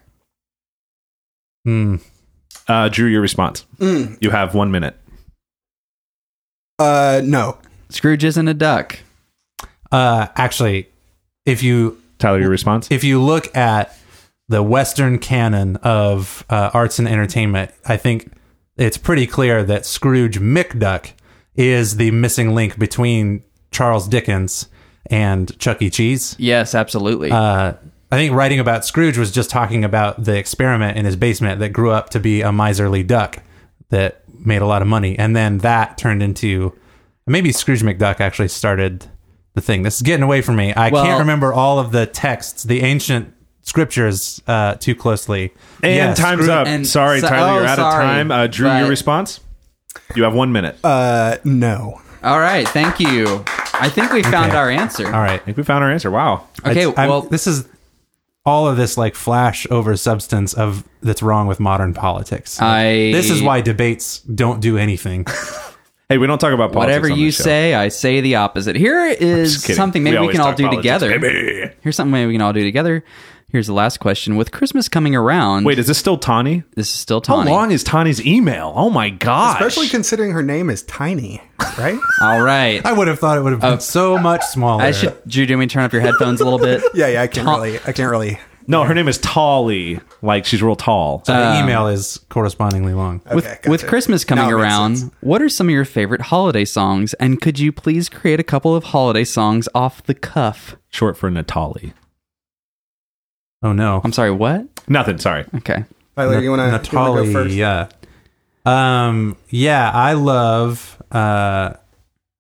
[SPEAKER 2] Uh, Drew, your response. You have one minute.
[SPEAKER 3] Uh, no.
[SPEAKER 1] Scrooge isn't a duck.
[SPEAKER 4] Uh, actually, if you
[SPEAKER 2] Tyler, your response.
[SPEAKER 4] if you look at the Western canon of uh, arts and entertainment, I think it's pretty clear that Scrooge McDuck is the missing link between Charles Dickens and Chuck E. Cheese.
[SPEAKER 1] Yes, absolutely.
[SPEAKER 4] Uh, I think writing about Scrooge was just talking about the experiment in his basement that grew up to be a miserly duck that made a lot of money, and then that turned into maybe Scrooge McDuck actually started the thing. This is getting away from me. I
[SPEAKER 1] Well-
[SPEAKER 4] can't remember all of the texts, the ancient scriptures, uh, too closely.
[SPEAKER 2] And
[SPEAKER 4] Yes,
[SPEAKER 2] time's
[SPEAKER 4] Scrooge-
[SPEAKER 2] up.
[SPEAKER 1] and
[SPEAKER 2] sorry,
[SPEAKER 1] so-
[SPEAKER 2] Tyler,
[SPEAKER 1] oh,
[SPEAKER 2] you're out
[SPEAKER 1] sorry,
[SPEAKER 2] of time. Uh, Drew, your
[SPEAKER 1] but-
[SPEAKER 2] response. You have one minute.
[SPEAKER 3] Uh, no.
[SPEAKER 1] All right, thank you. I think we found our answer.
[SPEAKER 4] All right.
[SPEAKER 2] I think we found our answer. Wow.
[SPEAKER 1] Okay,
[SPEAKER 4] I- I'm-
[SPEAKER 1] well,
[SPEAKER 4] this is all of this like flash over substance of that's wrong with modern politics.
[SPEAKER 1] I-
[SPEAKER 4] this is why debates don't do anything.
[SPEAKER 2] Hey, we don't talk about politics.
[SPEAKER 1] whatever
[SPEAKER 2] on
[SPEAKER 1] you
[SPEAKER 2] this show.
[SPEAKER 1] say, I say the opposite. Here is
[SPEAKER 2] Just kidding.
[SPEAKER 1] something maybe we,
[SPEAKER 2] always
[SPEAKER 1] can all
[SPEAKER 2] talk
[SPEAKER 1] do
[SPEAKER 2] politics,
[SPEAKER 1] together.
[SPEAKER 2] baby.
[SPEAKER 1] Here's something maybe we can all do together. Here's the last question. With Christmas coming around,
[SPEAKER 2] Wait, is this still Tawny?
[SPEAKER 1] this is still
[SPEAKER 2] How
[SPEAKER 1] Tawny.
[SPEAKER 2] long is Tawny's email? Oh my god!
[SPEAKER 3] Especially considering her name is Tiny, right?
[SPEAKER 1] All right.
[SPEAKER 4] I would have thought it would have been so much smaller.
[SPEAKER 1] Oh. I should. Drew, do you want me to turn up your headphones a little bit?
[SPEAKER 3] yeah, yeah. I can't
[SPEAKER 1] Ta-
[SPEAKER 3] really. I can't really.
[SPEAKER 2] no, her name is Tolly. Like she's real tall.
[SPEAKER 1] um,
[SPEAKER 4] the email is correspondingly long.
[SPEAKER 1] With,
[SPEAKER 3] gotcha.
[SPEAKER 1] with Christmas coming
[SPEAKER 3] Now it makes sense.
[SPEAKER 1] around, what are some of your favorite holiday songs? And could you please create a couple of holiday songs off the cuff?
[SPEAKER 2] Short for Natali.
[SPEAKER 4] Oh no,
[SPEAKER 1] I'm sorry, what?
[SPEAKER 2] Nothing. Sorry.
[SPEAKER 1] Okay.
[SPEAKER 3] Tyler, you want to go
[SPEAKER 4] Natali,
[SPEAKER 3] first?
[SPEAKER 4] Yeah. Um. Yeah, I love uh,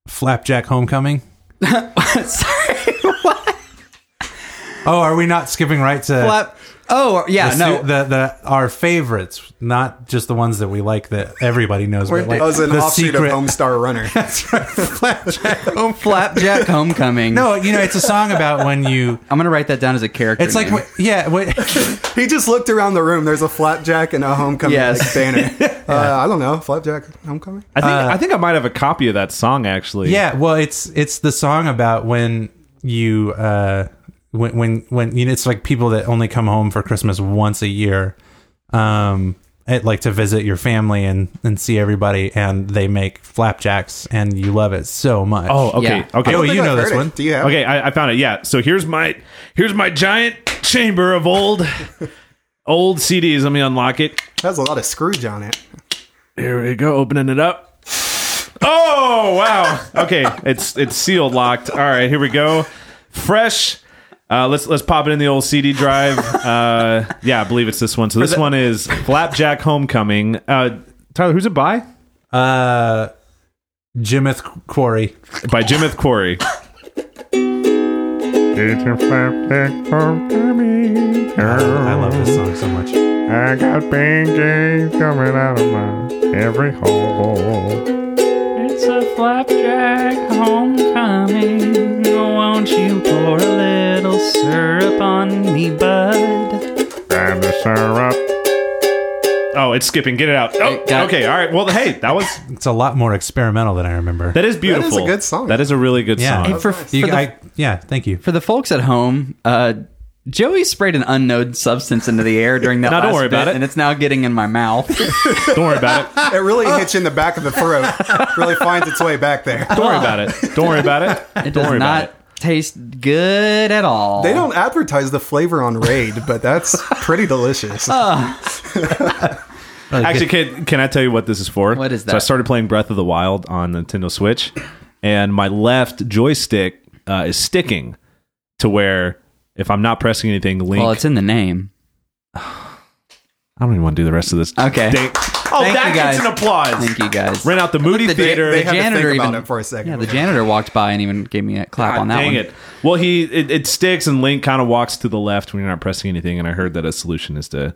[SPEAKER 4] Flapjack Homecoming.
[SPEAKER 1] sorry.
[SPEAKER 4] Oh, are we not skipping right to
[SPEAKER 1] Flap. Oh, yeah,
[SPEAKER 4] the,
[SPEAKER 1] no.
[SPEAKER 4] su- the the our favorites, not just the ones that we like that everybody knows.
[SPEAKER 3] We're-
[SPEAKER 4] But like
[SPEAKER 3] I was an
[SPEAKER 4] the
[SPEAKER 3] offshoot
[SPEAKER 4] secret
[SPEAKER 3] of Homestar Runner.
[SPEAKER 1] Flapjack Homecoming.
[SPEAKER 4] No, you know it's a song about when you.
[SPEAKER 1] I'm going to write that down as a character.
[SPEAKER 4] It's like
[SPEAKER 1] name.
[SPEAKER 4] when- yeah, when,
[SPEAKER 3] he just looked around the room. There's a flapjack and a homecoming
[SPEAKER 1] Yes.
[SPEAKER 3] like, banner. uh, I don't know. Flapjack homecoming.
[SPEAKER 2] I think I think I might have a copy of that song actually.
[SPEAKER 4] yeah. Well, it's it's the song about when you uh when when when you know, it's like people that only come home for Christmas once a year, um, at, like to visit your family and and see everybody, and they make flapjacks, and you love it so much.
[SPEAKER 2] Oh, okay.
[SPEAKER 1] Yeah.
[SPEAKER 2] Okay.
[SPEAKER 4] I don't
[SPEAKER 2] Oh,
[SPEAKER 4] think
[SPEAKER 2] you
[SPEAKER 4] I
[SPEAKER 2] know
[SPEAKER 4] heard
[SPEAKER 2] this
[SPEAKER 4] it.
[SPEAKER 2] one.
[SPEAKER 3] Do you have?
[SPEAKER 2] Okay, I, I found it. Yeah. So here's my here's my giant chamber of old old CDs. Let me unlock it.
[SPEAKER 3] It has a lot of Scrooge on it.
[SPEAKER 2] Here we go. Opening it up. Oh wow. Okay, it's it's sealed locked. All right, here we go. Fresh. Uh, let's let's pop it in the old CD drive. Uh, yeah, I believe it's this one. So this one is Flapjack Homecoming. Uh, Tyler, who's it by?
[SPEAKER 4] Uh, Jimith Quarry.
[SPEAKER 2] By Jimith Quarry.
[SPEAKER 5] It's a flapjack homecoming.
[SPEAKER 4] I love this song so much.
[SPEAKER 5] I got pancakes coming out of my every hole.
[SPEAKER 6] It's a flapjack homecoming. Won't you pour a little syrup on me, bud?
[SPEAKER 5] Grab the syrup.
[SPEAKER 2] Oh, it's skipping. Get it out. Oh,
[SPEAKER 1] got it.
[SPEAKER 2] okay. All right. Well, hey, that was
[SPEAKER 4] It's a lot more experimental than I remember.
[SPEAKER 2] that is beautiful.
[SPEAKER 3] good song.
[SPEAKER 2] That is a really good
[SPEAKER 4] Yeah.
[SPEAKER 2] song.
[SPEAKER 4] Hey,
[SPEAKER 1] for,
[SPEAKER 4] You-
[SPEAKER 1] for the,
[SPEAKER 4] I- yeah, thank you.
[SPEAKER 1] for the folks at home, uh, Joey sprayed an unknown substance into the air during that
[SPEAKER 2] No,
[SPEAKER 1] last
[SPEAKER 2] don't worry
[SPEAKER 1] bit,
[SPEAKER 2] about it.
[SPEAKER 1] and it's now getting in my mouth.
[SPEAKER 2] Don't worry about it.
[SPEAKER 3] It really hits you in the back of the throat. really finds its way back there.
[SPEAKER 2] Don't worry about it. Don't worry about it.
[SPEAKER 1] It
[SPEAKER 2] Don't
[SPEAKER 1] does
[SPEAKER 2] worry
[SPEAKER 1] not
[SPEAKER 2] about it.
[SPEAKER 1] taste good at all.
[SPEAKER 3] They don't advertise the flavor on Raid, but that's pretty delicious.
[SPEAKER 2] Actually, can, can I tell you what this is for?
[SPEAKER 1] What is
[SPEAKER 2] So I
[SPEAKER 1] that?
[SPEAKER 2] started playing Breath of the Wild on Nintendo Switch, and my left joystick uh, is sticking to where if I'm not pressing anything, Link.
[SPEAKER 1] Well, it's in the name.
[SPEAKER 2] I don't even want to do the rest of this.
[SPEAKER 1] Okay.
[SPEAKER 2] Dang.
[SPEAKER 1] Uh,
[SPEAKER 2] Oh,
[SPEAKER 1] Thank
[SPEAKER 2] that
[SPEAKER 1] you
[SPEAKER 2] gets
[SPEAKER 1] guys.
[SPEAKER 2] an applause.
[SPEAKER 1] Thank you guys.
[SPEAKER 2] Ran out the Moody
[SPEAKER 1] The ja-
[SPEAKER 2] Theater.
[SPEAKER 3] They had to
[SPEAKER 1] janitor
[SPEAKER 3] think about
[SPEAKER 1] even-
[SPEAKER 3] it for a second.
[SPEAKER 1] Yeah, the janitor walked by and even gave me a clap
[SPEAKER 2] God
[SPEAKER 1] on that
[SPEAKER 2] dang
[SPEAKER 1] one.
[SPEAKER 2] it. Well, he it, it sticks, and Link kind of walks to the left when you're not pressing anything. And I heard that a solution is to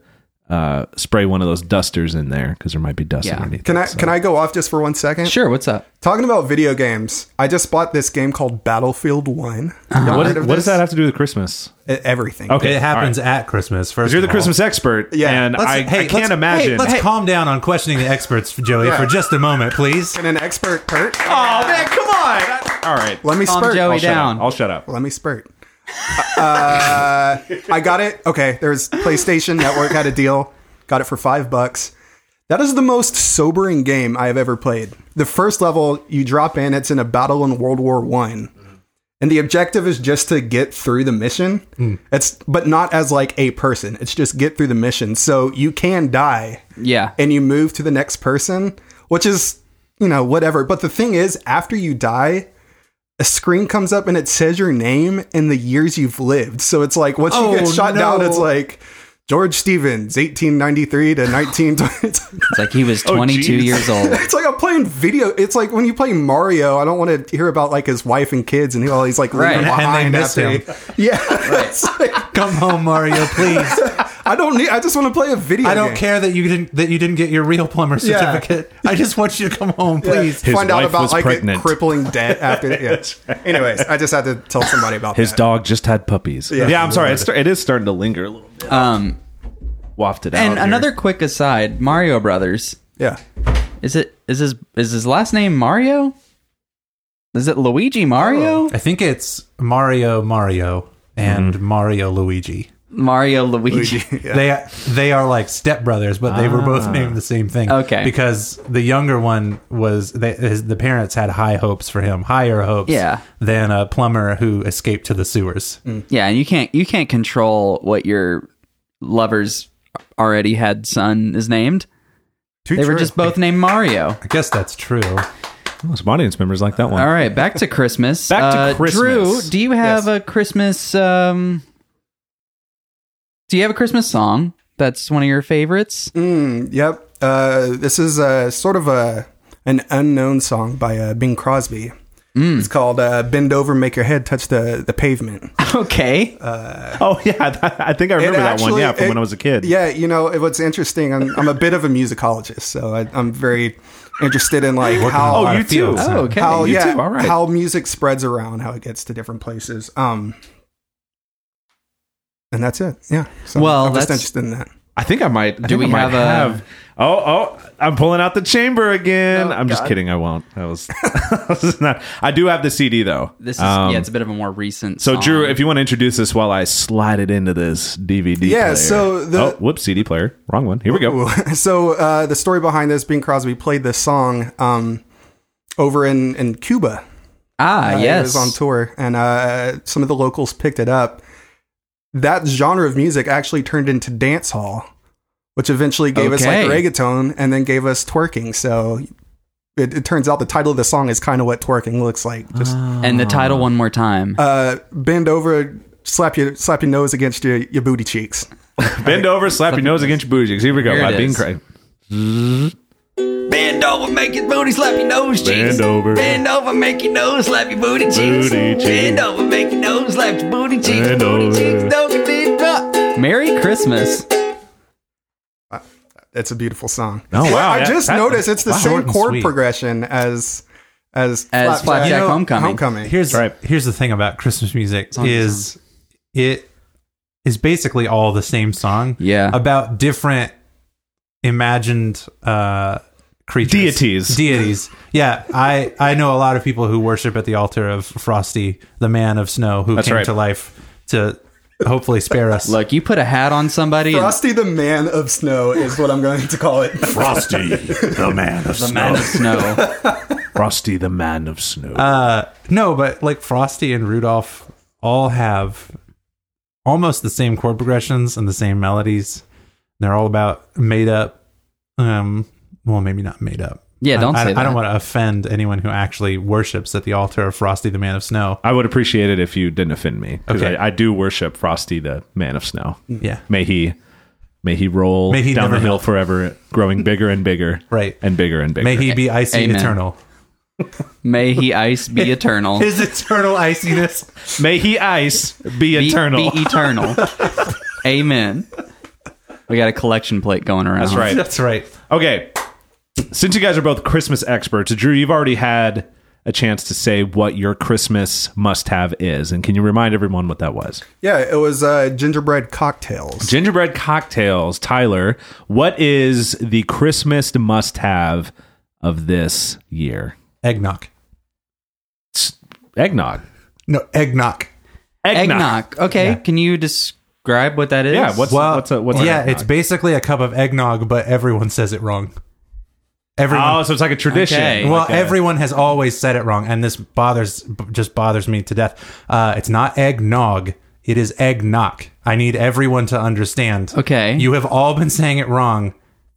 [SPEAKER 2] uh, spray one of those dusters in there because there might be dust
[SPEAKER 1] Yeah.
[SPEAKER 2] underneath.
[SPEAKER 3] Can
[SPEAKER 2] it,
[SPEAKER 3] I
[SPEAKER 2] so.
[SPEAKER 3] can I go off just for one second?
[SPEAKER 1] Sure, what's up?
[SPEAKER 3] Talking about video games, I just bought this game called Battlefield One. Y'all
[SPEAKER 2] Uh-huh. What,
[SPEAKER 3] heard of
[SPEAKER 2] what does
[SPEAKER 3] this?
[SPEAKER 2] that have to do with Christmas?
[SPEAKER 3] E- Everything.
[SPEAKER 2] Okay,
[SPEAKER 4] It happens
[SPEAKER 2] all
[SPEAKER 4] at Christmas. First,
[SPEAKER 2] You're the
[SPEAKER 4] of all.
[SPEAKER 2] Christmas expert,
[SPEAKER 3] Yeah.
[SPEAKER 2] and
[SPEAKER 4] Let's-
[SPEAKER 2] I,
[SPEAKER 4] hey,
[SPEAKER 2] I
[SPEAKER 4] let's-
[SPEAKER 2] can't imagine.
[SPEAKER 4] hey, let's calm down on questioning the experts, Joey,
[SPEAKER 3] Yeah.
[SPEAKER 4] for just a moment, please.
[SPEAKER 3] Can an expert hurt?
[SPEAKER 2] oh man, come on! All right,
[SPEAKER 3] Let me
[SPEAKER 1] Calm
[SPEAKER 3] spurt.
[SPEAKER 1] Joey
[SPEAKER 2] I'll shut
[SPEAKER 1] down.
[SPEAKER 2] up. I'll shut up.
[SPEAKER 3] Let me spurt. Uh, I got it. Okay, there's PlayStation Network had a deal. Got it for five bucks. That is the most sobering game I have ever played. The first level you drop in, it's in a battle in World War One, and the objective is just to get through the mission. It's but not as like a person. It's just get through the mission. So you can die,
[SPEAKER 1] Yeah.
[SPEAKER 3] and you move to the next person, which is, you know, whatever. But the thing is, after you die, a screen comes up and it says your name and the years you've lived. So it's like once you get
[SPEAKER 1] Oh,
[SPEAKER 3] shot down,
[SPEAKER 1] no.
[SPEAKER 3] it's like George Stevens, 1893 to 1920. It's like-
[SPEAKER 1] It's like he was
[SPEAKER 2] Oh,
[SPEAKER 1] 22
[SPEAKER 2] geez.
[SPEAKER 1] years old.
[SPEAKER 3] it's like I'm playing video. It's like when you play Mario, I don't want to hear about like his wife and kids and all he's like
[SPEAKER 1] Right. And
[SPEAKER 3] leaving
[SPEAKER 4] they
[SPEAKER 3] behind
[SPEAKER 4] miss
[SPEAKER 3] after.
[SPEAKER 4] him.
[SPEAKER 3] Yeah, It's like,
[SPEAKER 4] Come home, Mario, please.
[SPEAKER 3] I don't need. I just want to play a video.
[SPEAKER 4] I don't
[SPEAKER 3] game.
[SPEAKER 4] care that you didn't that you didn't get your real plumber
[SPEAKER 3] Yeah.
[SPEAKER 4] certificate. I just want you to come home,
[SPEAKER 3] Please
[SPEAKER 4] please.
[SPEAKER 2] His
[SPEAKER 3] find out
[SPEAKER 2] wife
[SPEAKER 3] about
[SPEAKER 2] was
[SPEAKER 3] like
[SPEAKER 2] pregnant.
[SPEAKER 3] a crippling debt after. Yeah. Anyways, I just had to tell somebody about
[SPEAKER 2] His
[SPEAKER 3] that.
[SPEAKER 2] dog just had puppies. Yeah, I'm sorry. It's, it is starting to linger a little bit.
[SPEAKER 1] Um,
[SPEAKER 2] Wafted out.
[SPEAKER 1] and
[SPEAKER 2] here.
[SPEAKER 1] another quick aside: Mario Brothers.
[SPEAKER 3] Yeah.
[SPEAKER 1] Is it is his is his last name Mario? Is it Luigi Mario?
[SPEAKER 4] I think it's Mario Mario and
[SPEAKER 2] Mm-hmm.
[SPEAKER 4] Mario Luigi.
[SPEAKER 1] Mario Luigi.
[SPEAKER 3] Yeah.
[SPEAKER 4] They they are like stepbrothers, but they were both
[SPEAKER 2] Ah.
[SPEAKER 4] named the same thing.
[SPEAKER 1] Okay.
[SPEAKER 4] because the younger one was they, his, the parents had high hopes for him, higher hopes,
[SPEAKER 1] Yeah.
[SPEAKER 4] than a plumber who escaped to the sewers.
[SPEAKER 2] Mm.
[SPEAKER 1] yeah, and you can't you can't control what your lover's already had son is named.
[SPEAKER 3] Too
[SPEAKER 1] They were
[SPEAKER 3] true.
[SPEAKER 1] just both named Mario.
[SPEAKER 4] I guess that's true.
[SPEAKER 2] Oh, some audience members like that one.
[SPEAKER 1] All right, back to Christmas.
[SPEAKER 2] Back to
[SPEAKER 1] Uh,
[SPEAKER 2] Christmas.
[SPEAKER 1] Drew, do you have
[SPEAKER 3] Yes.
[SPEAKER 1] a Christmas? Um, do you have a Christmas song that's one of your favorites?
[SPEAKER 3] Mm, yep. Uh, this is uh, sort of a an unknown song by uh, Bing Crosby.
[SPEAKER 2] Hmm.
[SPEAKER 3] It's called uh, "Bend Over, Make Your Head Touch the the Pavement."
[SPEAKER 1] Okay,
[SPEAKER 2] Oh yeah, that- I think I remember
[SPEAKER 3] It
[SPEAKER 2] that one.
[SPEAKER 3] actually-
[SPEAKER 2] Yeah, from
[SPEAKER 3] it-
[SPEAKER 2] when I was a kid.
[SPEAKER 3] Yeah, you know it- what's interesting. I'm, I'm a bit of a musicologist, so I, I'm very interested in like
[SPEAKER 4] A
[SPEAKER 3] how
[SPEAKER 4] lot
[SPEAKER 2] you
[SPEAKER 4] of fields.
[SPEAKER 2] too.
[SPEAKER 1] Oh, okay.
[SPEAKER 3] how
[SPEAKER 2] you
[SPEAKER 3] yeah
[SPEAKER 2] too, all right.
[SPEAKER 3] how music spreads around, how it gets to different places. Um, and that's it. Yeah. So
[SPEAKER 1] Well,
[SPEAKER 3] I'm just
[SPEAKER 1] that's-
[SPEAKER 3] interested in that.
[SPEAKER 2] I think I might. I
[SPEAKER 1] Do
[SPEAKER 2] think
[SPEAKER 1] we
[SPEAKER 2] I might
[SPEAKER 1] have a-
[SPEAKER 2] have? Oh, oh! I'm pulling out the chamber again. I'm just kidding. I won't. That was. that was not. I do have the CD though.
[SPEAKER 1] this is
[SPEAKER 2] Um,
[SPEAKER 1] yeah, it's a bit of a more recent.
[SPEAKER 2] So
[SPEAKER 1] song.
[SPEAKER 2] Drew, if you want to introduce this while I slide it into this DVD.
[SPEAKER 3] Yeah,
[SPEAKER 2] player.
[SPEAKER 3] so the-
[SPEAKER 2] oh, whoops, CD player, wrong one. Here we go.
[SPEAKER 3] so uh, the story behind this, Bing Crosby played this song um, over in, in Cuba.
[SPEAKER 1] ah
[SPEAKER 3] Uh, It
[SPEAKER 1] yes,
[SPEAKER 3] was on tour, and uh, some of the locals picked it up. That genre of music actually turned into dance hall, which eventually gave us like
[SPEAKER 1] Okay.
[SPEAKER 3] reggaeton and then gave us twerking. So it, it turns out the title of the song is kind of what twerking looks like. Just
[SPEAKER 1] and the title one more time.
[SPEAKER 3] uh, bend over, slap your, slap your nose against your, your booty cheeks.
[SPEAKER 2] Bend over, slap your nose against your booty cheeks. Here we go.
[SPEAKER 1] Here it
[SPEAKER 2] by Bing
[SPEAKER 1] is.
[SPEAKER 2] Crosby.
[SPEAKER 1] Bend over, make your booty slap your nose cheeks.
[SPEAKER 5] Bend over.
[SPEAKER 1] Bend over, make your nose slap your booty cheeks.
[SPEAKER 5] Booty cheeks.
[SPEAKER 1] Bend over, make your nose slap your booty cheeks.
[SPEAKER 5] Bend
[SPEAKER 1] booty
[SPEAKER 5] over.
[SPEAKER 1] cheeks, don't get it up. Merry Christmas.
[SPEAKER 3] It's a beautiful song.
[SPEAKER 2] Oh, wow.
[SPEAKER 3] I
[SPEAKER 2] Yeah,
[SPEAKER 3] just
[SPEAKER 2] that-
[SPEAKER 3] noticed it's the
[SPEAKER 4] wow. Short
[SPEAKER 3] same
[SPEAKER 4] and
[SPEAKER 3] chord
[SPEAKER 4] sweet.
[SPEAKER 3] progression as as
[SPEAKER 1] As Flapjack
[SPEAKER 3] You
[SPEAKER 1] Homecoming.
[SPEAKER 4] Here's
[SPEAKER 2] Right.
[SPEAKER 4] here's the thing about Christmas music
[SPEAKER 1] on
[SPEAKER 4] is it is basically all the same song.
[SPEAKER 1] Yeah.
[SPEAKER 4] About different imagined uh creatures.
[SPEAKER 2] Deities.
[SPEAKER 4] Deities. Yeah. I I know a lot of people who worship at the altar of Frosty, the man of snow who
[SPEAKER 2] That's
[SPEAKER 4] came
[SPEAKER 2] right.
[SPEAKER 4] to life to hopefully spare us.
[SPEAKER 1] Look, you put a hat on somebody. and-
[SPEAKER 3] Frosty the Man of Snow is what I'm going to call it.
[SPEAKER 2] Frosty, the man of
[SPEAKER 1] the man of snow.
[SPEAKER 2] Frosty, the man of snow.
[SPEAKER 4] Uh no, but like Frosty and Rudolph all have almost the same chord progressions and the same melodies. They're all about made up um well maybe not made up.
[SPEAKER 1] Yeah, don't
[SPEAKER 4] I, I-
[SPEAKER 1] say that.
[SPEAKER 4] I don't want to offend anyone who actually worships at the altar of Frosty the Man of Snow.
[SPEAKER 2] I would appreciate it if you didn't offend me. 'cause
[SPEAKER 4] Okay.
[SPEAKER 2] I, I do worship Frosty, the man of snow.
[SPEAKER 4] Yeah.
[SPEAKER 2] May he may he roll
[SPEAKER 4] May he
[SPEAKER 2] down the
[SPEAKER 4] never
[SPEAKER 2] hill
[SPEAKER 4] melt.
[SPEAKER 2] forever, growing bigger and bigger.
[SPEAKER 4] Right.
[SPEAKER 2] And bigger and bigger.
[SPEAKER 4] May he be icy
[SPEAKER 1] Amen.
[SPEAKER 4] eternal.
[SPEAKER 1] May he ice be eternal.
[SPEAKER 4] His eternal iciness.
[SPEAKER 2] May he ice be,
[SPEAKER 1] Be-
[SPEAKER 2] eternal.
[SPEAKER 1] Be eternal. Amen. We got a collection plate going around.
[SPEAKER 2] That's right.
[SPEAKER 4] That's right.
[SPEAKER 2] Okay. Since you guys are both Christmas experts, Drew, you've already had a chance to say what your Christmas must have is. And can you remind everyone what that was?
[SPEAKER 3] yeah, it was uh, gingerbread cocktails.
[SPEAKER 2] Gingerbread cocktails. Tyler, what is the Christmas must have of this year?
[SPEAKER 4] Eggnog.
[SPEAKER 2] It's eggnog.
[SPEAKER 4] No, eggnog.
[SPEAKER 1] Eggnog. Okay, can you describe describe what that is?
[SPEAKER 2] Yeah, what's
[SPEAKER 4] Well,
[SPEAKER 2] what's a what's a-
[SPEAKER 4] yeah, it's basically a cup of eggnog, but everyone says it wrong. Everyone,
[SPEAKER 2] oh, so it's like a tradition.
[SPEAKER 1] Okay.
[SPEAKER 4] well,
[SPEAKER 2] Like a-
[SPEAKER 4] everyone has always said it wrong, and this bothers b- just bothers me to death. Uh, it's not eggnog; it is eggnog. I need everyone to understand.
[SPEAKER 1] Okay.
[SPEAKER 4] you have all been saying it wrong